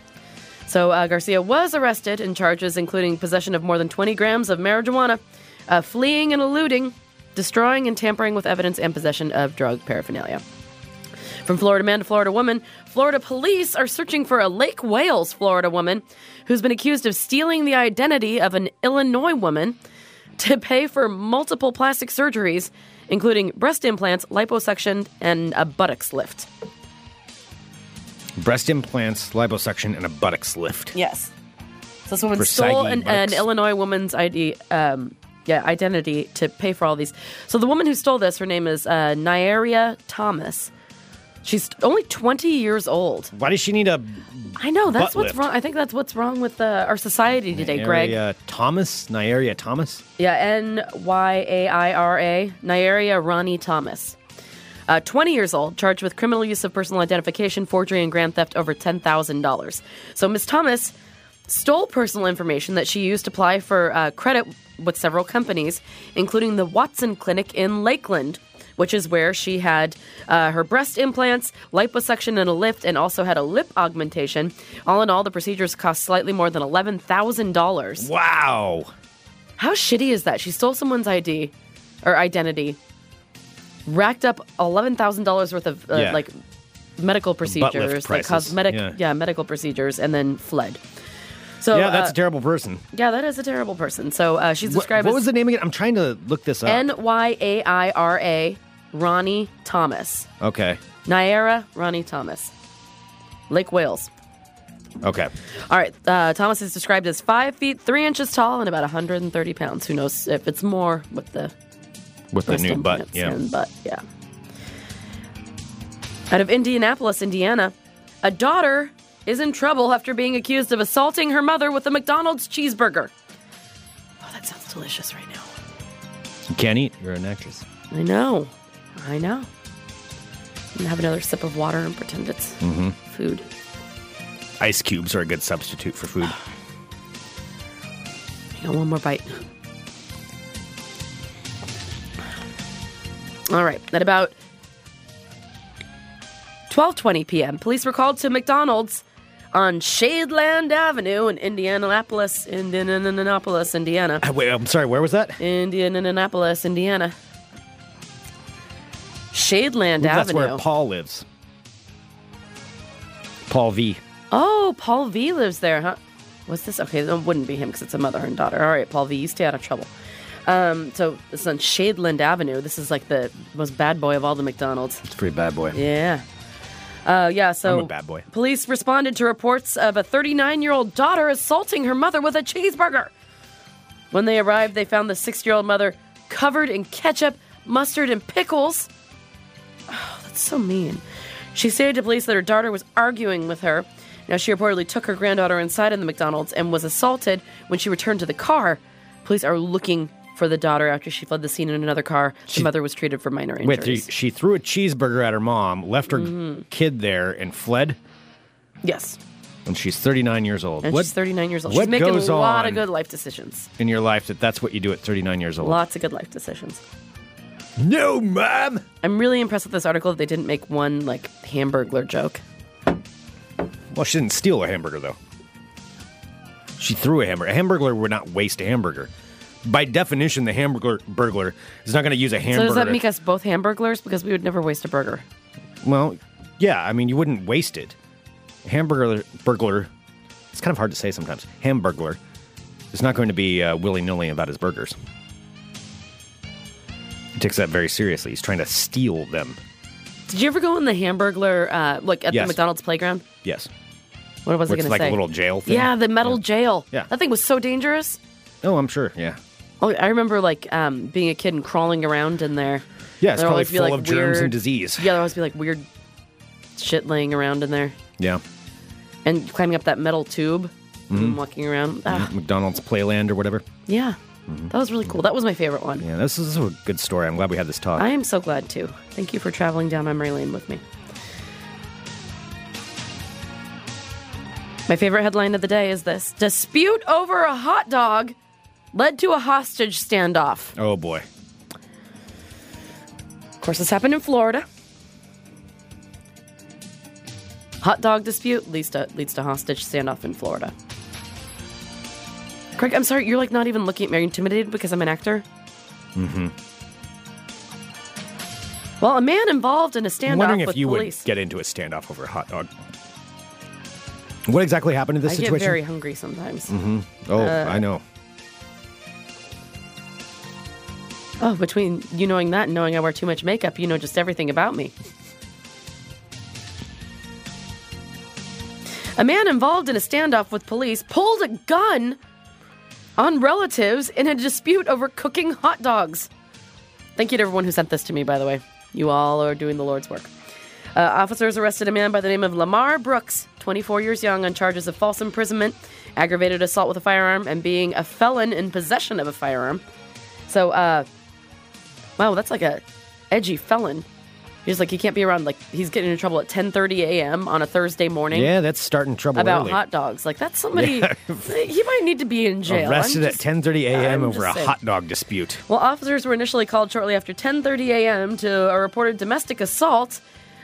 E: So uh, Garcia was arrested in charges including possession of more than 20 grams of marijuana, uh, fleeing and eluding, destroying and tampering with evidence, and possession of drug paraphernalia. From Florida man to Florida woman, Florida police are searching for a Lake Wales, Florida woman who's been accused of stealing the identity of an Illinois woman to pay for multiple plastic surgeries, including breast implants, liposuction, and a buttocks lift.
F: Breast implants, liposuction, and a buttocks lift.
E: Yes. So this woman
F: For
E: stole
F: saggy
E: an, an
F: bucks.
E: Illinois woman's ID, um, yeah, identity to pay for all these. So the woman who stole this, her name is uh, Nyaria Thomas. She's only 20 years old.
F: Why does she need a
E: I know that's
F: Butt
E: what's
F: lift.
E: wrong. I think that's what's wrong with uh, our society today, Greg.
F: Nyaria Thomas? Nyaria Thomas?
E: Yeah, N Y A I R A, Nyaria Ronnie Thomas. Uh, 20 years old, charged with criminal use of personal identification, forgery, and grand theft over $10,000. So Ms. Thomas stole personal information that she used to apply for uh, credit with several companies, including the Watson Clinic in Lakeland, which is where she had uh, her breast implants, liposuction, and a lift, and also had a lip augmentation. All in all, the procedures cost slightly more than $11,000.
F: Wow.
E: How shitty is that? She stole someone's ID or identity, racked up eleven thousand dollars worth of uh,
F: Yeah.
E: like medical procedures, like
F: prices.
E: cosmetic,
F: Yeah.
E: yeah. medical procedures, and then fled. So
F: yeah, that's
E: uh,
F: a terrible person.
E: yeah, that is a terrible person. So uh, she's
F: Wha-
E: described
F: what was
E: as
F: the name again? I'm trying to look this up.
E: N Y A I R A Ronnie Thomas,
F: okay.
E: Nyara Ronnie Thomas, Lake Wales.
F: Okay.
E: All right, uh, Thomas is described as five feet three inches tall and about 130 pounds. Who knows if it's more with the
F: With the
E: breast
F: new butt.
E: implants
F: Yeah.
E: and butt, yeah. Out of Indianapolis, Indiana, a daughter is in trouble after being accused of assaulting her mother with a McDonald's cheeseburger. Oh, that sounds delicious right now.
F: You can't eat. You're an actress.
E: I know. I know. I'm gonna have another sip of water and pretend it's
F: Mm-hmm.
E: food.
F: Ice cubes are a good substitute for food.
E: Hang on, one more bite. All right, at about 12:20 p.m., police were called to McDonald's on Shadeland Avenue in Indianapolis, Indianapolis, Indiana.
F: Ah, Wait, I'm sorry. Where was that?
E: Indianapolis, Indiana. Shadeland
F: That's
E: Avenue.
F: where Paul lives. Paul V.
E: Oh, Paul V lives there, huh? What's this? Okay, that wouldn't be him because it's a mother and daughter. All right, Paul V, you stay out of trouble. Um, so this is on Shadeland Avenue. This is like the most bad boy of all the McDonald's.
F: It's pretty bad boy.
E: Yeah. Uh, yeah, so
F: I'm a bad boy.
E: police responded to reports of a 39 year old daughter assaulting her mother with a cheeseburger. When they arrived, they found the six year old mother covered in ketchup, mustard, and pickles. Oh, that's so mean. She stated to police that her daughter was arguing with her. Now, she reportedly took her granddaughter inside of the McDonald's and was assaulted when she returned to the car. Police are looking for the daughter after she fled the scene in another car. the mother was treated for minor
F: Wait,
E: injuries.
F: th- she threw a cheeseburger at her mom, left her
E: Mm-hmm.
F: kid there, and fled.
E: Yes.
F: And she's 39 years old.
E: And
F: what,
E: she's 39 years old.
F: What
E: she's making
F: goes
E: a lot
F: on
E: of good life decisions.
F: in your life that that's what you do at 39 years old?
E: Lots of good life decisions.
F: No, mom.
E: I'm really impressed with this article that they didn't make one like hamburglar joke.
F: Well, she didn't steal a hamburger though. She threw a hamburger. A hamburger would not waste a hamburger. By definition, the hamburger burglar is not going to use a
E: So
F: hamburger.
E: does that
F: to-
E: make us both hamburglers? Because we would never waste a burger.
F: Well, yeah, I mean, you wouldn't waste it. Hamburger burglar, it's kind of hard to say sometimes. Hamburglar is not going to be uh, willy nilly about his burgers. He takes that very seriously. He's trying to steal them.
E: Did you ever go in the hamburglar uh, like at
F: Yes.
E: the McDonald's playground?
F: Yes.
E: What was
F: Where
E: I
F: it's
E: going to
F: like
E: say?
F: a little jail thing.
E: yeah, the metal jail.
F: Yeah.
E: That thing was so dangerous.
F: Oh, I'm sure. Yeah.
E: Oh, I remember like um, being a kid and crawling around in there.
F: Yeah, it's
E: There'd
F: probably
E: always be,
F: full
E: like,
F: of germs and
E: weird-
F: disease.
E: Yeah, there always be like weird shit laying around in there.
F: Yeah.
E: And climbing up that metal tube
F: Mm-hmm.
E: and walking around. Ah,
F: McDonald's Playland or whatever.
E: yeah. That was really cool. That was my favorite one.
F: Mm-hmm. Yeah, this is a good story. I'm glad we had this talk.
E: I am so glad too. Thank you for traveling down memory lane with me. My favorite headline of the day is this Dispute over a hot dog led to a hostage standoff.
F: oh, boy.
E: Of course, this happened in Florida. Hot dog dispute leads to, leads to hostage standoff in Florida. Craig, I'm sorry, you're like not even looking at me. Are you intimidated because I'm an actor? Mm hmm. Well, a man involved in a
F: I'm
E: standoff
F: wondering if
E: with
F: you
E: police.
F: would get into a standoff over a hot dog. What exactly happened in this
E: I
F: situation?
E: get very hungry sometimes.
F: oh,
E: Uh,
F: I know.
E: Oh, between you knowing that and knowing I wear too much makeup, you know just everything about me. A man involved in a standoff with police pulled a gun on relatives in a dispute over cooking hot dogs. Thank you to everyone who sent this to me, by the way. You all are doing the Lord's work. Uh, officers arrested a man by the name of Lamar Brooks, 24 years young, on charges of false imprisonment, aggravated assault with a firearm, and being a felon in possession of a firearm. So, uh, wow, that's like a edgy felon. He's like he can't be around. Like he's getting in trouble at 10:30 a.m. on a Thursday morning
F: Yeah, that's starting trouble
E: about
F: early.
E: hot dogs. Like that's somebody he might need to be in jail. I'm
F: Arrested
E: just-
F: at 10:30 a.m.
E: I'm
F: over
E: just
F: a
E: saying.
F: hot dog dispute.
E: Well, officers were initially called shortly after 10:30 a.m. to a reported domestic assault.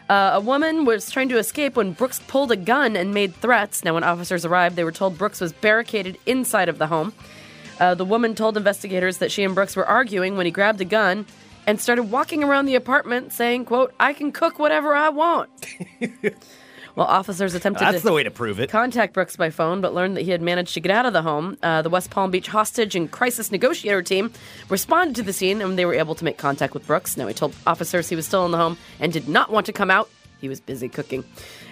E: Uh, a woman was trying to escape when Brooks pulled a gun and made threats. Now, when officers arrived, they were told Brooks was barricaded inside of the home. Uh, the woman told investigators that she and Brooks were arguing when he grabbed a gun and started walking around the apartment saying, "quote I can cook whatever I want." well, officers attempted
F: That's
E: to
F: the way to prove it.
E: contact Brooks by phone, but learned that he had managed to get out of the home. Uh, the West Palm Beach hostage and crisis negotiator team responded to the scene, and they were able to make contact with Brooks. Now he told officers he was still in the home and did not want to come out. He was busy cooking.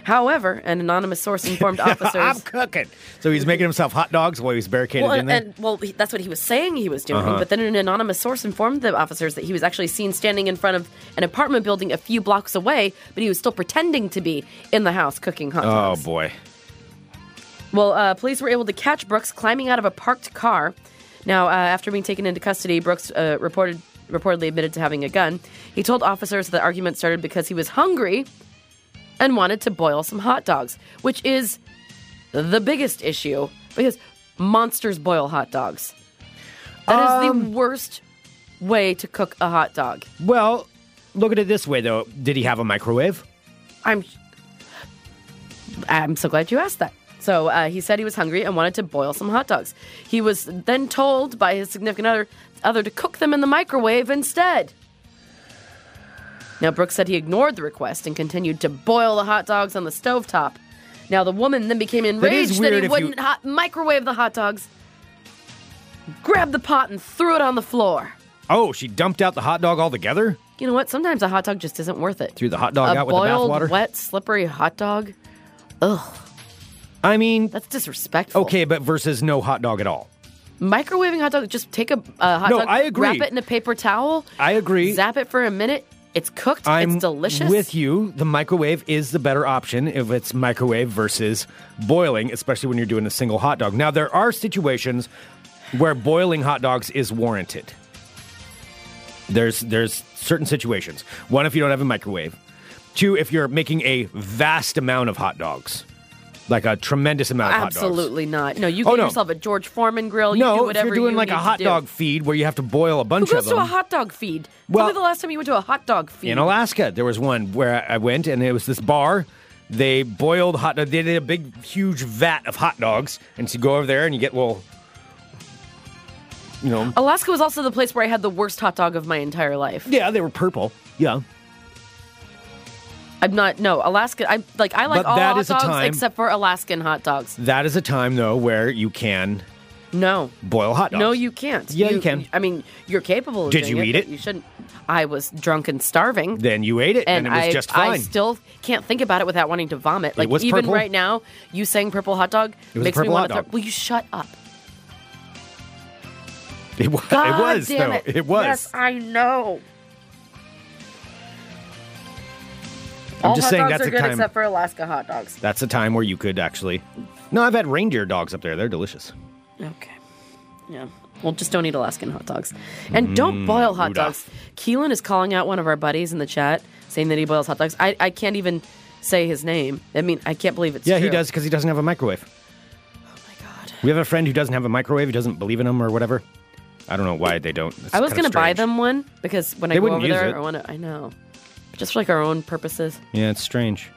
E: However, an anonymous source informed officers.
F: I'm cooking. So he's making himself hot dogs while he's barricaded
E: Well,
F: in
E: and,
F: there.
E: and- well, he- that's what he was saying he was doing.
F: Uh-huh.
E: But then an anonymous source informed the officers that he was actually seen standing in front of an apartment building a few blocks away, but he was still pretending to be in the house cooking hot
F: oh
E: dogs.
F: boy.
E: Well, uh, police were able to catch Brooks climbing out of a parked car. Now, uh, after being taken into custody, Brooks uh, reported reportedly admitted to having a gun. He told officers the argument started because he was hungry and wanted to boil some hot dogs, which is the biggest issue because monsters boil hot dogs. That is the worst way to cook a hot dog.
F: Well, look at it this way though. Did he have a microwave?
E: I'm I'm so glad you asked that. So uh, he said he was hungry and wanted to boil some hot dogs. He was then told by his significant other, other to cook them in the microwave instead. Now Brooks said he ignored the request and continued to boil the hot dogs on the stovetop. Now the woman then became
F: is
E: enraged that,
F: weird if
E: he
F: you-
E: wouldn't hot- microwave the hot dogs. Grabbed the pot and threw it on the floor.
F: Oh, she dumped out the hot dog altogether?
E: You know what? Sometimes a hot dog just isn't worth it.
F: Threw the hot dog
E: a
F: out with the
E: boiled,
F: bathwater?
E: wet, slippery hot dog.
F: I mean,
E: That's disrespectful.
F: okay, but versus no hot dog at all.
E: microwaving hot dog. Just take a, a hot
F: No,
E: dog,
F: I agree.
E: wrap it in a paper towel,
F: I agree.
E: zap it for a minute, It's cooked.
F: I'm
E: it's delicious.
F: with you. The microwave is the better option if it's microwave versus boiling, especially when you're doing a single hot dog. Now, there are situations where boiling hot dogs is warranted. There's there's certain situations. One, if you don't have a microwave. Two, if you're making a vast amount of hot dogs, like a tremendous amount of hot dogs.
E: Absolutely not. No, you
F: Oh,
E: get
F: no.
E: yourself a George Foreman
F: No,
E: grill. you do
F: if
E: whatever
F: you're doing
E: you
F: like
E: need
F: a
E: to
F: hot
E: do.
F: dog feed where you have to boil a bunch
E: Who
F: of
E: goes
F: them.
E: to a hot dog feed?
F: Well-
E: Tell me the last time you went to a hot dog feed.
F: in Alaska. There was one where I went, and it was this bar. They boiled hot. They did a big, huge vat of hot dogs, and so you go over there and you get little, you know,
E: Alaska was also the place where I had the worst hot dog of my entire life.
F: yeah, they were purple. Yeah,
E: I'm not. No, Alaska. I like. I like
F: But
E: all
F: that
E: hot
F: is a
E: dogs
F: time-
E: except for Alaskan hot dogs.
F: that is a time though where you can
E: No,
F: boil hot dogs.
E: no, you can't.
F: Yeah, you can.
E: I mean, you're capable. of
F: Did
E: doing
F: you eat
E: but
F: it?
E: You shouldn't. I was drunk and starving.
F: Then you ate it,
E: and
F: and, it was
E: I,
F: just
E: I
F: fine.
E: still can't think about it without wanting to vomit. Like
F: was
E: even
F: purple.
E: right now, you saying purple hot dog
F: It was a
E: makes
F: purple
E: me
F: hot
E: want to.
F: dog.
E: Throw, will you shut up?
F: it was.
E: God
F: it was
E: damn
F: though.
E: it.
F: was.
E: Yes, I know.
F: I'm
E: All
F: just
E: hot
F: saying
E: dogs
F: that's
E: are
F: a
E: good
F: time.
E: except for Alaska hot dogs.
F: that's a time where you could actually. No, I've had reindeer dogs up there. They're delicious.
E: Okay. Yeah. Well, just don't eat Alaskan hot dogs. And don't boil hot
F: Mm, Rudolph.
E: dogs. Keelan is calling out one of our buddies in the chat saying that he boils hot dogs. I, I can't even say his name. I mean, I can't believe it's
F: Yeah, he
E: true.
F: does because he doesn't have a microwave.
E: Oh my God.
F: We have a friend who doesn't have a microwave, who doesn't believe in them or whatever. I don't know why they don't. It's
E: I was
F: kinda
E: gonna buy
F: strange.
E: them one because when
F: They
E: I go
F: wouldn't
E: over
F: use
E: there,
F: it.
E: I want to. I know, just for like our own purposes.
F: Yeah, it's strange.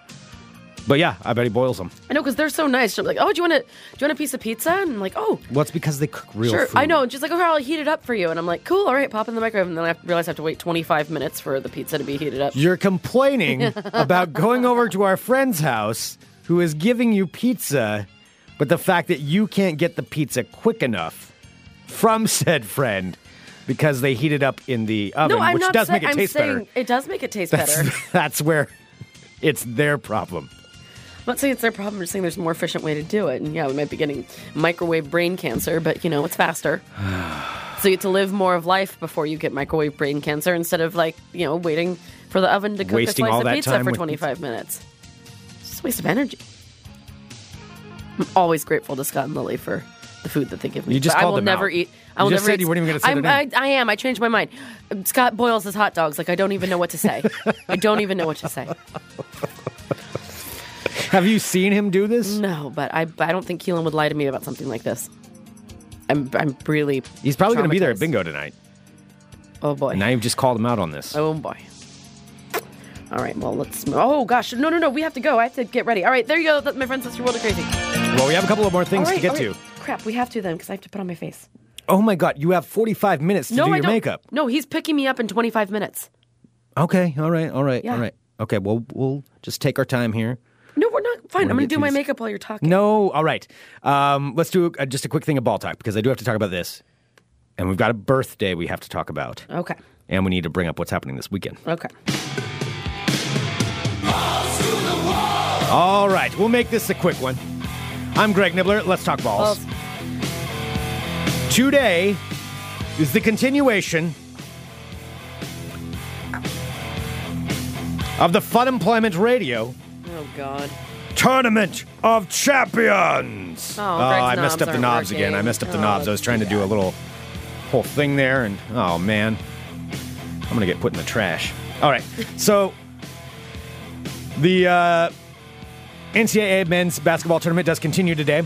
F: But yeah, I bet he boils them.
E: I know because they're so nice. She'll be like, "Oh, do you want a do you want a piece of pizza?" And I'm like, "Oh,
F: Well, it's because they cook real
E: sure."
F: food.
E: I know. And she's like, "Oh, here, I'll heat it up for you." And I'm like, "Cool, all right, pop in the microwave." And then I have- realize I have to wait 25 minutes for the pizza to be heated up.
F: You're complaining about going over to our friend's house who is giving you pizza, but the fact that you can't get the pizza quick enough from said friend because they heat it up in the oven,
E: no, I'm
F: which
E: not.
F: does
E: saying-
F: make it
E: I'm
F: taste
E: saying
F: better.
E: it does make it taste
F: That's,
E: better.
F: that's where it's their problem.
E: I'm not saying it's their problem. I'm just saying there's a more efficient way to do it. And yeah, we might be getting microwave brain cancer, but you know, it's faster. so you get to live more of life before you get microwave brain cancer instead of like, you know, waiting for the oven to cook
F: Wasting
E: a slice
F: all
E: of
F: that
E: pizza
F: time
E: for
F: with
E: 25 minutes. It's just a waste of energy. I'm always grateful to Scott and Lily for the food that they give me.
F: You just
E: but I
F: called
E: will
F: them
E: never
F: out.
E: eat. I
F: You
E: will
F: just
E: never
F: said
E: eat.
F: you weren't even gonna say
E: I'm-
F: their name.
E: I, I am. I changed my mind. Scott boils his hot dogs. Like I don't even know what to say. I don't even know what to say.
F: Have you seen him do this?
E: No, but I, I don't think Keelan would lie to me about something like this. I'm, I'm really.
F: He's probably going to be there at
E: traumatized.
F: bingo tonight.
E: Oh boy.
F: And now you've just called him out on this.
E: Oh boy. All right. Well, let's. Oh gosh. No, no, no. We have to go. I have to get ready. All right. There you go. That, my friends, that's your world of crazy.
F: Well, we have a couple of more
E: All
F: things
E: right,
F: to get
E: all
F: to.
E: right. Crap. We have to then because I have to put on my face.
F: Oh my God, you have 45 minutes to
E: no,
F: do
E: I
F: your
E: don't.
F: makeup.
E: No, he's picking me up in 25 minutes.
F: Okay, all right, all right,
E: Yeah.
F: all right. Okay, well, we'll just take our time here.
E: No, we're not. Fine.
F: gonna
E: I'm going
F: get
E: to do my
F: these-
E: makeup while you're talking.
F: No, all right. Um, let's do uh just a quick thing of ball talk because I do have to talk about this. And we've got a birthday we have to talk about.
E: Okay.
F: And we need to bring up what's happening this weekend.
E: Okay.
F: All right, we'll make this a quick one. I'm Greg Nibbler. Let's talk balls.
E: Balls.
F: Today is the continuation of the Fun Employment Radio
E: Oh God.
F: Tournament of Champions.
E: Oh,
F: I messed
E: Greg's knobs
F: up the
E: aren't
F: knobs again.
E: working.
F: I messed up the
E: Oh,
F: knobs. I was trying to do a little whole thing there, and oh man, I'm gonna get put in the trash. All right, so the uh, NCAA men's basketball tournament does continue today.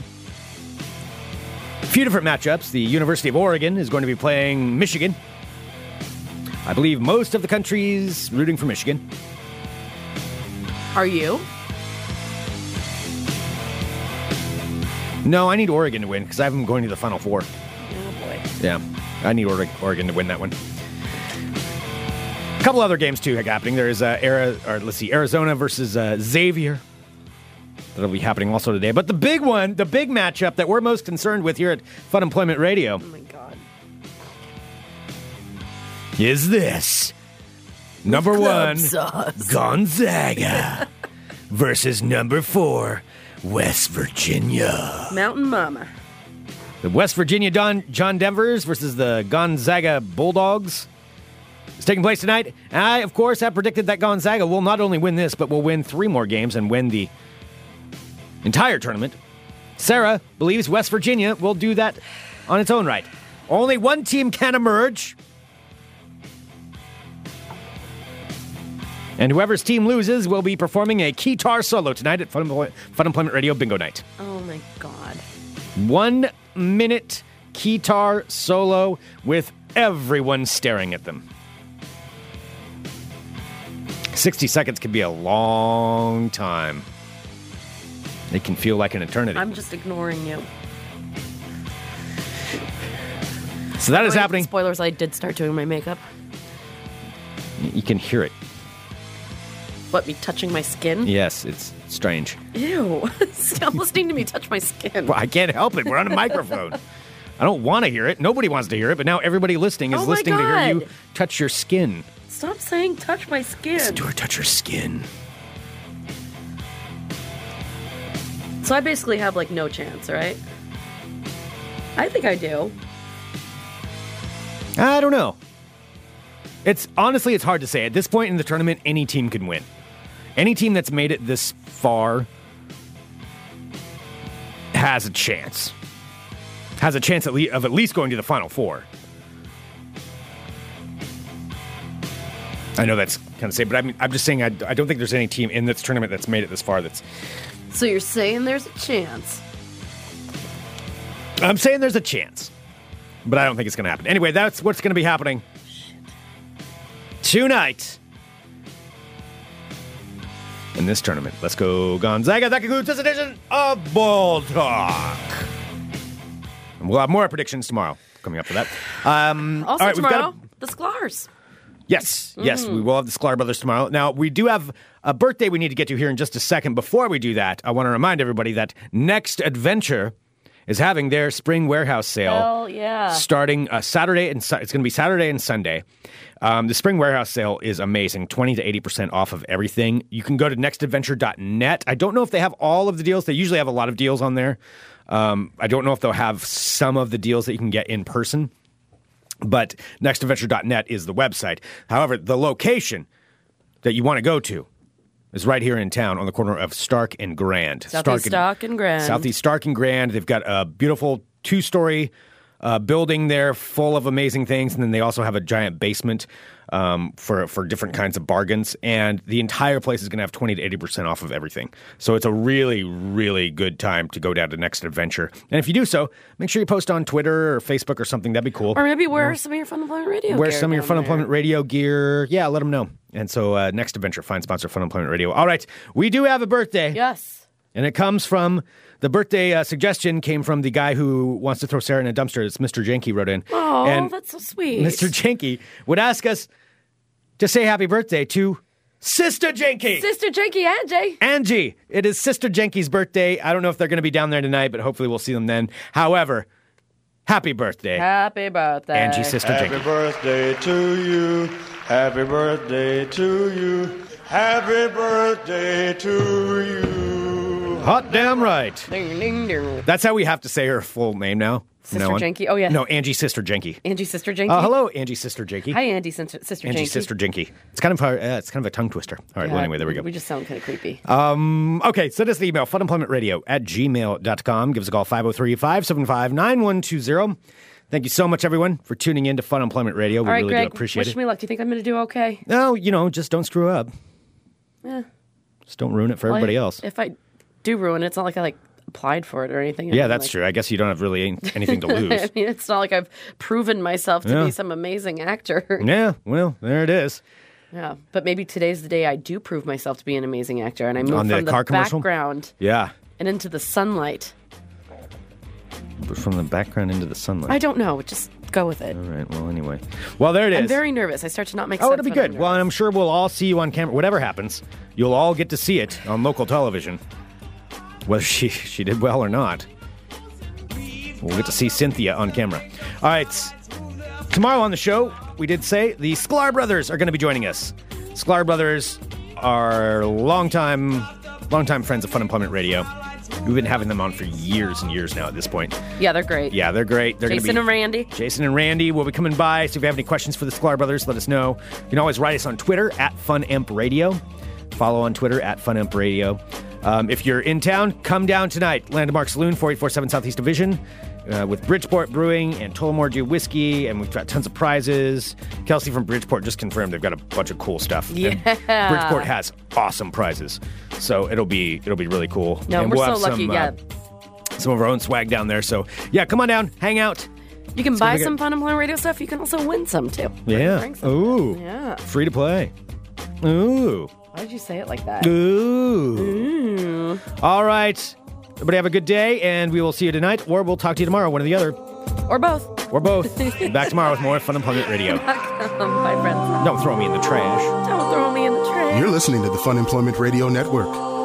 F: A few different matchups. The University of Oregon is going to be playing Michigan. I believe most of the country's rooting for Michigan.
E: Are you? Oh,
F: No, I need Oregon to win because I have them going to the Final Four.
E: Oh boy.
F: Yeah, I need Ore- Oregon to win that one. A couple other games too happening. There is uh, Ari- or let's see, Arizona versus uh, Xavier. That'll be happening also today. But the big one, the big matchup that we're most concerned with here at Fun Employment Radio
E: Oh my God.
F: is this number one Gonzaga versus number four West Virginia.
E: Mountain Mama.
F: The West Virginia Don John Denvers versus the Gonzaga Bulldogs. It's taking place tonight. I, of course, have predicted that Gonzaga will not only win this, but will win three more games and win the entire tournament. Sarah believes West Virginia will do that on its own right. Only one team can emerge. And whoever's team loses will be performing a guitar solo tonight at Fun, Employ- Fun Employment Radio Bingo Night.
E: Oh my god.
F: One minute guitar solo with everyone staring at them. 60 seconds can be a long time. It can feel like an eternity.
E: I'm just ignoring you.
F: so that is
E: Wait,
F: happening.
E: Spoilers, I did start doing my makeup.
F: You can hear it.
E: What, me touching my skin?
F: Yes, it's strange.
E: Ew. Stop listening to me touch my skin.
F: Well, I can't help it. We're on a microphone. I don't want to hear it. Nobody wants to hear it, but now everybody listening is
E: Oh my
F: listening to hear you
E: God.
F: touch your skin.
E: Stop saying touch my skin.
F: Listen to her touch her skin.
E: So I basically have like no chance, right? I think I do.
F: I don't know. It's honestly, it's hard to say. At this point in the tournament, any team can win. Any team that's made it this far has a chance. Has a chance at le- of at least going to the final four. I know that's kind of safe, but I mean, I'm just saying I, I don't think there's any team in this tournament that's made it this far. That's
E: So you're saying there's a chance.
F: I'm saying there's a chance, but I don't think it's going to happen. Anyway, that's what's going to be happening tonight in this tournament. Let's go, Gonzaga. That concludes this edition of Ball Talk. And we'll have more predictions tomorrow coming up for that.
E: Also
F: all right, we've got
E: tomorrow, the Sklars.
F: Yes, yes, we will have the Sklar brothers tomorrow. Now, we do have a birthday we need to get to here in just a second. Before we do that, I want to remind everybody that Next Adventure is having their spring warehouse sale
E: Hell yeah.
F: starting uh, Saturday and Su- it's going to be Saturday and Sunday. Um, the spring warehouse sale is amazing, twenty to eighty percent off of everything. You can go to nextadventure.net. I don't know if they have all of the deals. They usually have a lot of deals on there. Um, I don't know if they'll have some of the deals that you can get in person, but nextadventure.net is the website. However, the location that you want to go to is right here in town on the corner of Stark and Grand.
E: Southeast Stark and Grand.
F: Southeast Stark and Grand. They've got a beautiful two story uh, building there full of amazing things. And then they also have a giant basement um, for, for different kinds of bargains. And the entire place is going to have 20 to 80% off of everything. So it's a really, really good time to go down to Next Adventure. And if you do so, make sure you post on Twitter or Facebook or something. That'd be cool.
E: Or maybe wear some of your Fun Employment Radio.
F: Wear
E: gear
F: some of your
E: down
F: Fun
E: there.
F: Employment Radio gear. Yeah, let them know. And so, uh, next adventure, find sponsor Fun Employment Radio. All right, we do have a birthday,
E: Yes.
F: and it comes from the birthday uh, suggestion came from the guy who wants to throw Sarah in a dumpster. It's Mr. Janky wrote in,
E: Oh,
F: and
E: that's so sweet.
F: Mr. Janky would ask us to say happy birthday to Sister Janky.
E: Sister Jakey and Jay.
F: Angie, it is Sister Jenky's birthday. I don't know if they're going to be down there tonight, but hopefully we'll see them then. However, happy birthday,
E: Happy birthday.
F: Angie, Sister
G: Happy
F: Jenky.
G: birthday to you. Happy birthday to you. Happy birthday to you.
F: Hot damn right.
E: Ding, ding, ding.
F: That's how we have to say her full name now. from
E: Sister
F: now on.
E: Jenky? Oh, yeah.
F: No, Angie Sister Jenky.
E: Angie, Sister Jakey.
F: Uh, hello, Angie Sister Jenky.
E: Hi, Angie, Sister, sister
F: Angie
E: Janky.
F: Sister Jenky. It's kind of hard, uh, it's kind of a tongue twister. All right. well,
E: God,
F: anyway, there we go.
E: We just sound kind of creepy.
F: Um, okay, send us an email, funemploymentradio at gmail.com. Give us a call, 503-575-9120. Thank you so much, everyone, for tuning in to Fun Employment Radio. We
E: All right,
F: really
E: Greg.
F: do appreciate
E: wish
F: it.
E: me luck. Do you think I'm going to do okay?
F: no, you know, just don't screw up.
E: Yeah.
F: Just don't ruin it for everybody
E: Well, I-
F: else.
E: If I do ruin it, it's not like I like applied for it or anything.
F: yeah,
E: I'm,
F: that's
E: like-
F: true. I guess you don't have really any- anything to lose.
E: I mean, it's not like I've proven myself to
F: Yeah.
E: be some amazing actor.
F: yeah, well, there it is.
E: Yeah, but maybe today's the day I do prove myself to be an amazing actor, and I move
F: On the
E: from the
F: car commercial?
E: background
F: Yeah.
E: and into the sunlight.
F: From the background into the sunlight.
E: I don't know. Just go with it.
F: All right. Well, anyway. Well, there it is.
E: I'm very nervous. I start to not make sense.
F: oh, it'll be
E: when I'm
F: good. Well, and
E: nervous.
F: I'm sure we'll all see you on camera. Whatever happens, you'll all get to see it on local television, whether she she did well or not. We'll get to see Cynthia on camera. All right. Tomorrow on the show, we did say the Sklar brothers are going to be joining us. Sklar brothers are longtime longtime friends of Fun Employment Radio. We've been having them on for years and years now at this point.
E: Yeah, they're great.
F: Yeah, they're great. They're gonna
E: Jason
F: be-
E: and Randy.
F: Jason and Randy will be coming by. So if you have any questions for the Sklar Brothers, let us know. You can always write us on Twitter at FunAmpRadio. Follow on Twitter at FunAmpRadio. Um, if you're in town, come down tonight. Landmark Saloon, 4847 Southeast Division, uh, with Bridgeport Brewing and Tullamore Dew Whiskey. And we've got tons of prizes. Kelsey from Bridgeport just confirmed they've got a bunch of cool stuff. Yeah. Bridgeport has awesome prizes. So it'll be it'll be really cool.
E: No,
F: And
E: we're
F: we'll
E: so
F: have
E: lucky.
F: some, uh,
E: yeah.
F: some of our own swag down there. So yeah, come on down, hang out.
E: You can buy
F: gonna be
E: some
F: good.
E: Fun Employment Radio stuff. You can also win some too.
F: Yeah.
E: Bring some.
F: Ooh.
E: Yeah.
F: Free to play. Ooh.
E: Why did you say it like that?
F: Ooh. All right. Everybody have a good day, and we will see you tonight, or we'll talk to you tomorrow, one or the other,
E: Or both.
F: or both. Back tomorrow with more Fun Employment Radio.
E: Bye, friends.
F: Don't throw me in the trash.
E: Don't throw me in the trash.
A: You're listening to the Fun Employment Radio Network.